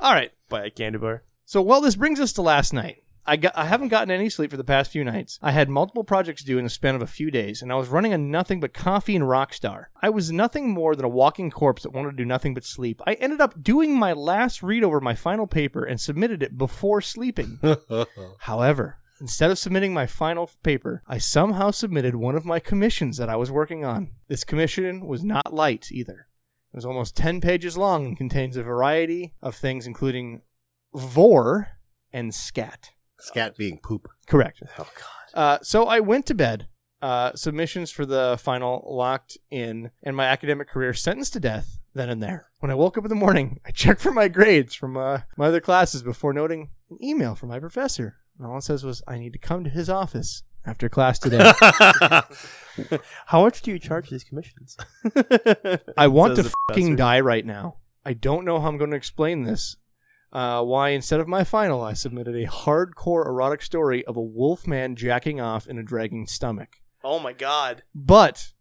Speaker 7: All right.
Speaker 6: Buy a candy bar.
Speaker 7: So well, this brings us to last night. I got I haven't gotten any sleep for the past few nights. I had multiple projects due in the span of a few days, and I was running on nothing but coffee and Rockstar. I was nothing more than a walking corpse that wanted to do nothing but sleep. I ended up doing my last read over my final paper and submitted it before sleeping. However, instead of submitting my final paper, I somehow submitted one of my commissions that I was working on. This commission was not light either. It was almost 10 pages long and contains a variety of things, including vor and scat.
Speaker 8: Scat being poop.
Speaker 7: Correct. Oh, God. Uh, so I went to bed. Uh, submissions for the final locked in, and my academic career sentenced to death then and there. When I woke up in the morning, I checked for my grades from uh, my other classes before noting an email from my professor. And all it says was, I need to come to his office after class today.
Speaker 6: How much do you charge these commissions?
Speaker 7: I
Speaker 6: Says
Speaker 7: want to
Speaker 6: the
Speaker 7: fucking
Speaker 6: professor.
Speaker 7: die right now. I don't know how I'm going to explain this. Uh, why instead of my final, I submitted a hardcore erotic story of a wolf man jacking off in a dragging stomach.
Speaker 6: Oh my god.
Speaker 7: But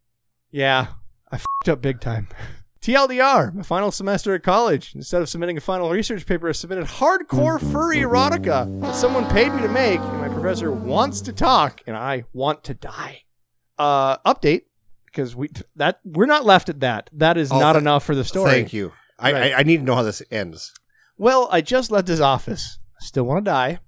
Speaker 7: yeah, I f***ed up big time. TLDR, my final semester at college. Instead of submitting a final research paper, I submitted hardcore furry erotica that someone paid me to make, and my professor wants to talk, and I want to die. Uh, update because we that we're not left at that. That is
Speaker 8: Oh,
Speaker 7: not
Speaker 8: th-
Speaker 7: enough for the story.
Speaker 8: Thank you. I,
Speaker 7: Right.
Speaker 8: I, I need to know how this ends.
Speaker 7: Well, I just left his office. Still want to die.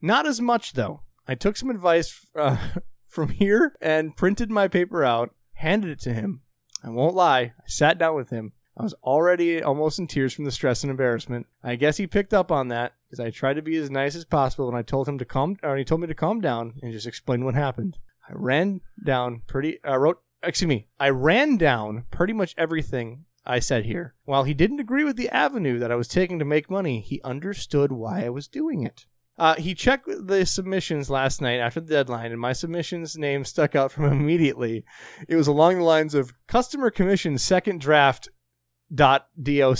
Speaker 7: Not as much, though. I took some advice uh, from here and printed my paper out, handed it to him. I won't lie, I sat down with him. I was already almost in tears from the stress and embarrassment. I guess he picked up on that because I tried to be as nice as possible when I told him to calm, or he told me to calm down and just explain what happened. I ran down pretty. I wrote. Excuse me. I ran down pretty much everything I said here. While he didn't agree with the avenue that I was taking to make money, he understood why I was doing it. Uh, he checked the submissions last night after the deadline, and my submission's name stuck out from him immediately. It was along the lines of customer commission second draft dot doc.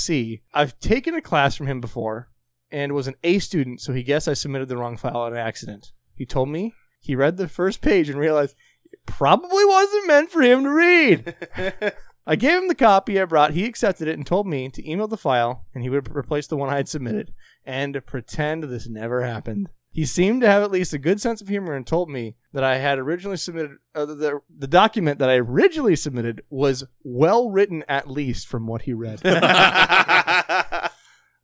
Speaker 7: I've taken a class from him before and was an A student, so he guessed I submitted the wrong file on accident. He told me he read the first page and realized it probably wasn't meant for him to read. I gave him the copy I brought. He accepted it and told me to email the file and he would replace the one I had submitted and pretend this never happened. He seemed to have at least a good sense of humor and told me that I had originally submitted uh, the, the document that I originally submitted was well written, at least from what he read.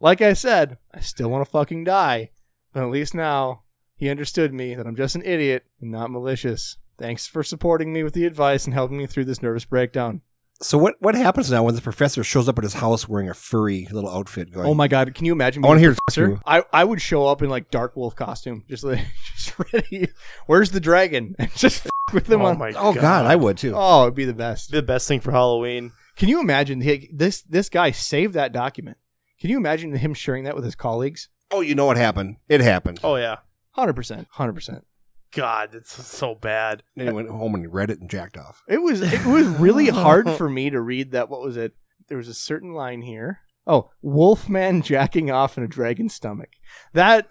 Speaker 7: like I said, I still want to fucking die, but at least now he understood me that I'm just an idiot and not malicious. Thanks for supporting me with the advice and helping me through this nervous breakdown.
Speaker 8: So what what happens now when the professor shows up at his house wearing a furry little outfit? Going,
Speaker 7: Oh my god, can you imagine?
Speaker 8: I want to
Speaker 7: being
Speaker 8: hear.
Speaker 7: a professor? I, I would show up in like dark wolf costume, just like just ready. Where's the dragon? And just f- with them
Speaker 6: Oh
Speaker 7: on.
Speaker 6: my
Speaker 8: Oh God, I would too.
Speaker 7: Oh, it'd be the best.
Speaker 6: The best thing for Halloween.
Speaker 7: Can you imagine he, this? This guy saved that document. Can you imagine him sharing that with his colleagues?
Speaker 8: Oh, you know what happened? It happened.
Speaker 6: Oh yeah.
Speaker 7: Hundred percent, hundred percent.
Speaker 6: God, it's so bad.
Speaker 8: Then he went home and read it and jacked off.
Speaker 7: It was it was really hard for me to read that. What was it? There was a certain line here. Oh, Wolfman jacking off in a dragon's stomach. That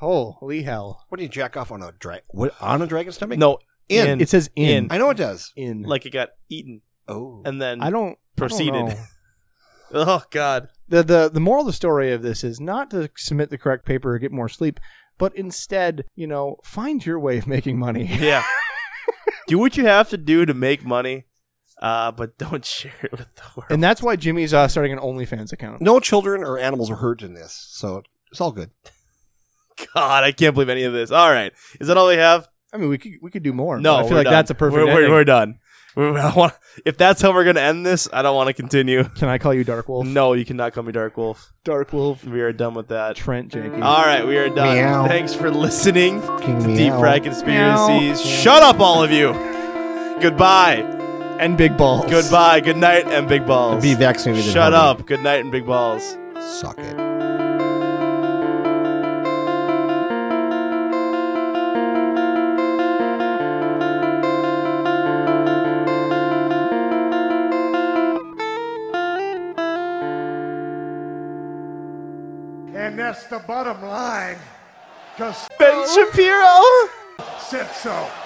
Speaker 7: holy hell!
Speaker 8: What do you jack off on a dragon? What on a dragon's stomach?
Speaker 6: No,
Speaker 8: In.
Speaker 6: in.
Speaker 7: It says in
Speaker 8: I know it does.
Speaker 7: in.
Speaker 6: like it got eaten
Speaker 8: Oh,
Speaker 6: and then
Speaker 7: I don't
Speaker 6: proceeded.
Speaker 7: I don't know.
Speaker 6: Oh God.
Speaker 7: the the the moral of the story of this is not to submit the correct paper or get more sleep, but instead, you know, find your way of making money.
Speaker 6: Yeah. do what you have to do to make money, uh, but don't share it with the world.
Speaker 7: And that's why Jimmy's uh, starting an OnlyFans account.
Speaker 8: no children or animals were hurt in this, so it's all good.
Speaker 6: God, I can't believe any of this. All right, is that all we have?
Speaker 7: I mean, we could we could do more.
Speaker 6: No,
Speaker 7: but I feel
Speaker 6: we're
Speaker 7: like
Speaker 6: done.
Speaker 7: that's a perfect.
Speaker 6: We're, we're,
Speaker 7: ending.
Speaker 6: we're done. We're- I wanna- if that's how we're gonna end this, I don't want to continue.
Speaker 7: Can I call you Dark Wolf?
Speaker 6: No, you cannot call me Dark Wolf.
Speaker 7: Dark Wolf.
Speaker 6: We are done with that.
Speaker 7: Trent Jenkins.
Speaker 6: All right, we are done.
Speaker 8: Meow.
Speaker 6: Thanks for listening to
Speaker 8: meow.
Speaker 6: Deep Fried Conspiracies. Shut up, all of you. Goodbye.
Speaker 7: and big balls.
Speaker 6: Goodbye. Good night and big balls.
Speaker 8: Be vaccinated.
Speaker 6: Shut
Speaker 8: homie.
Speaker 6: up. Good night and big balls.
Speaker 8: Suck it.
Speaker 10: Everybody
Speaker 3: And that's the bottom line. Because
Speaker 7: Ben Shapiro.
Speaker 3: said so.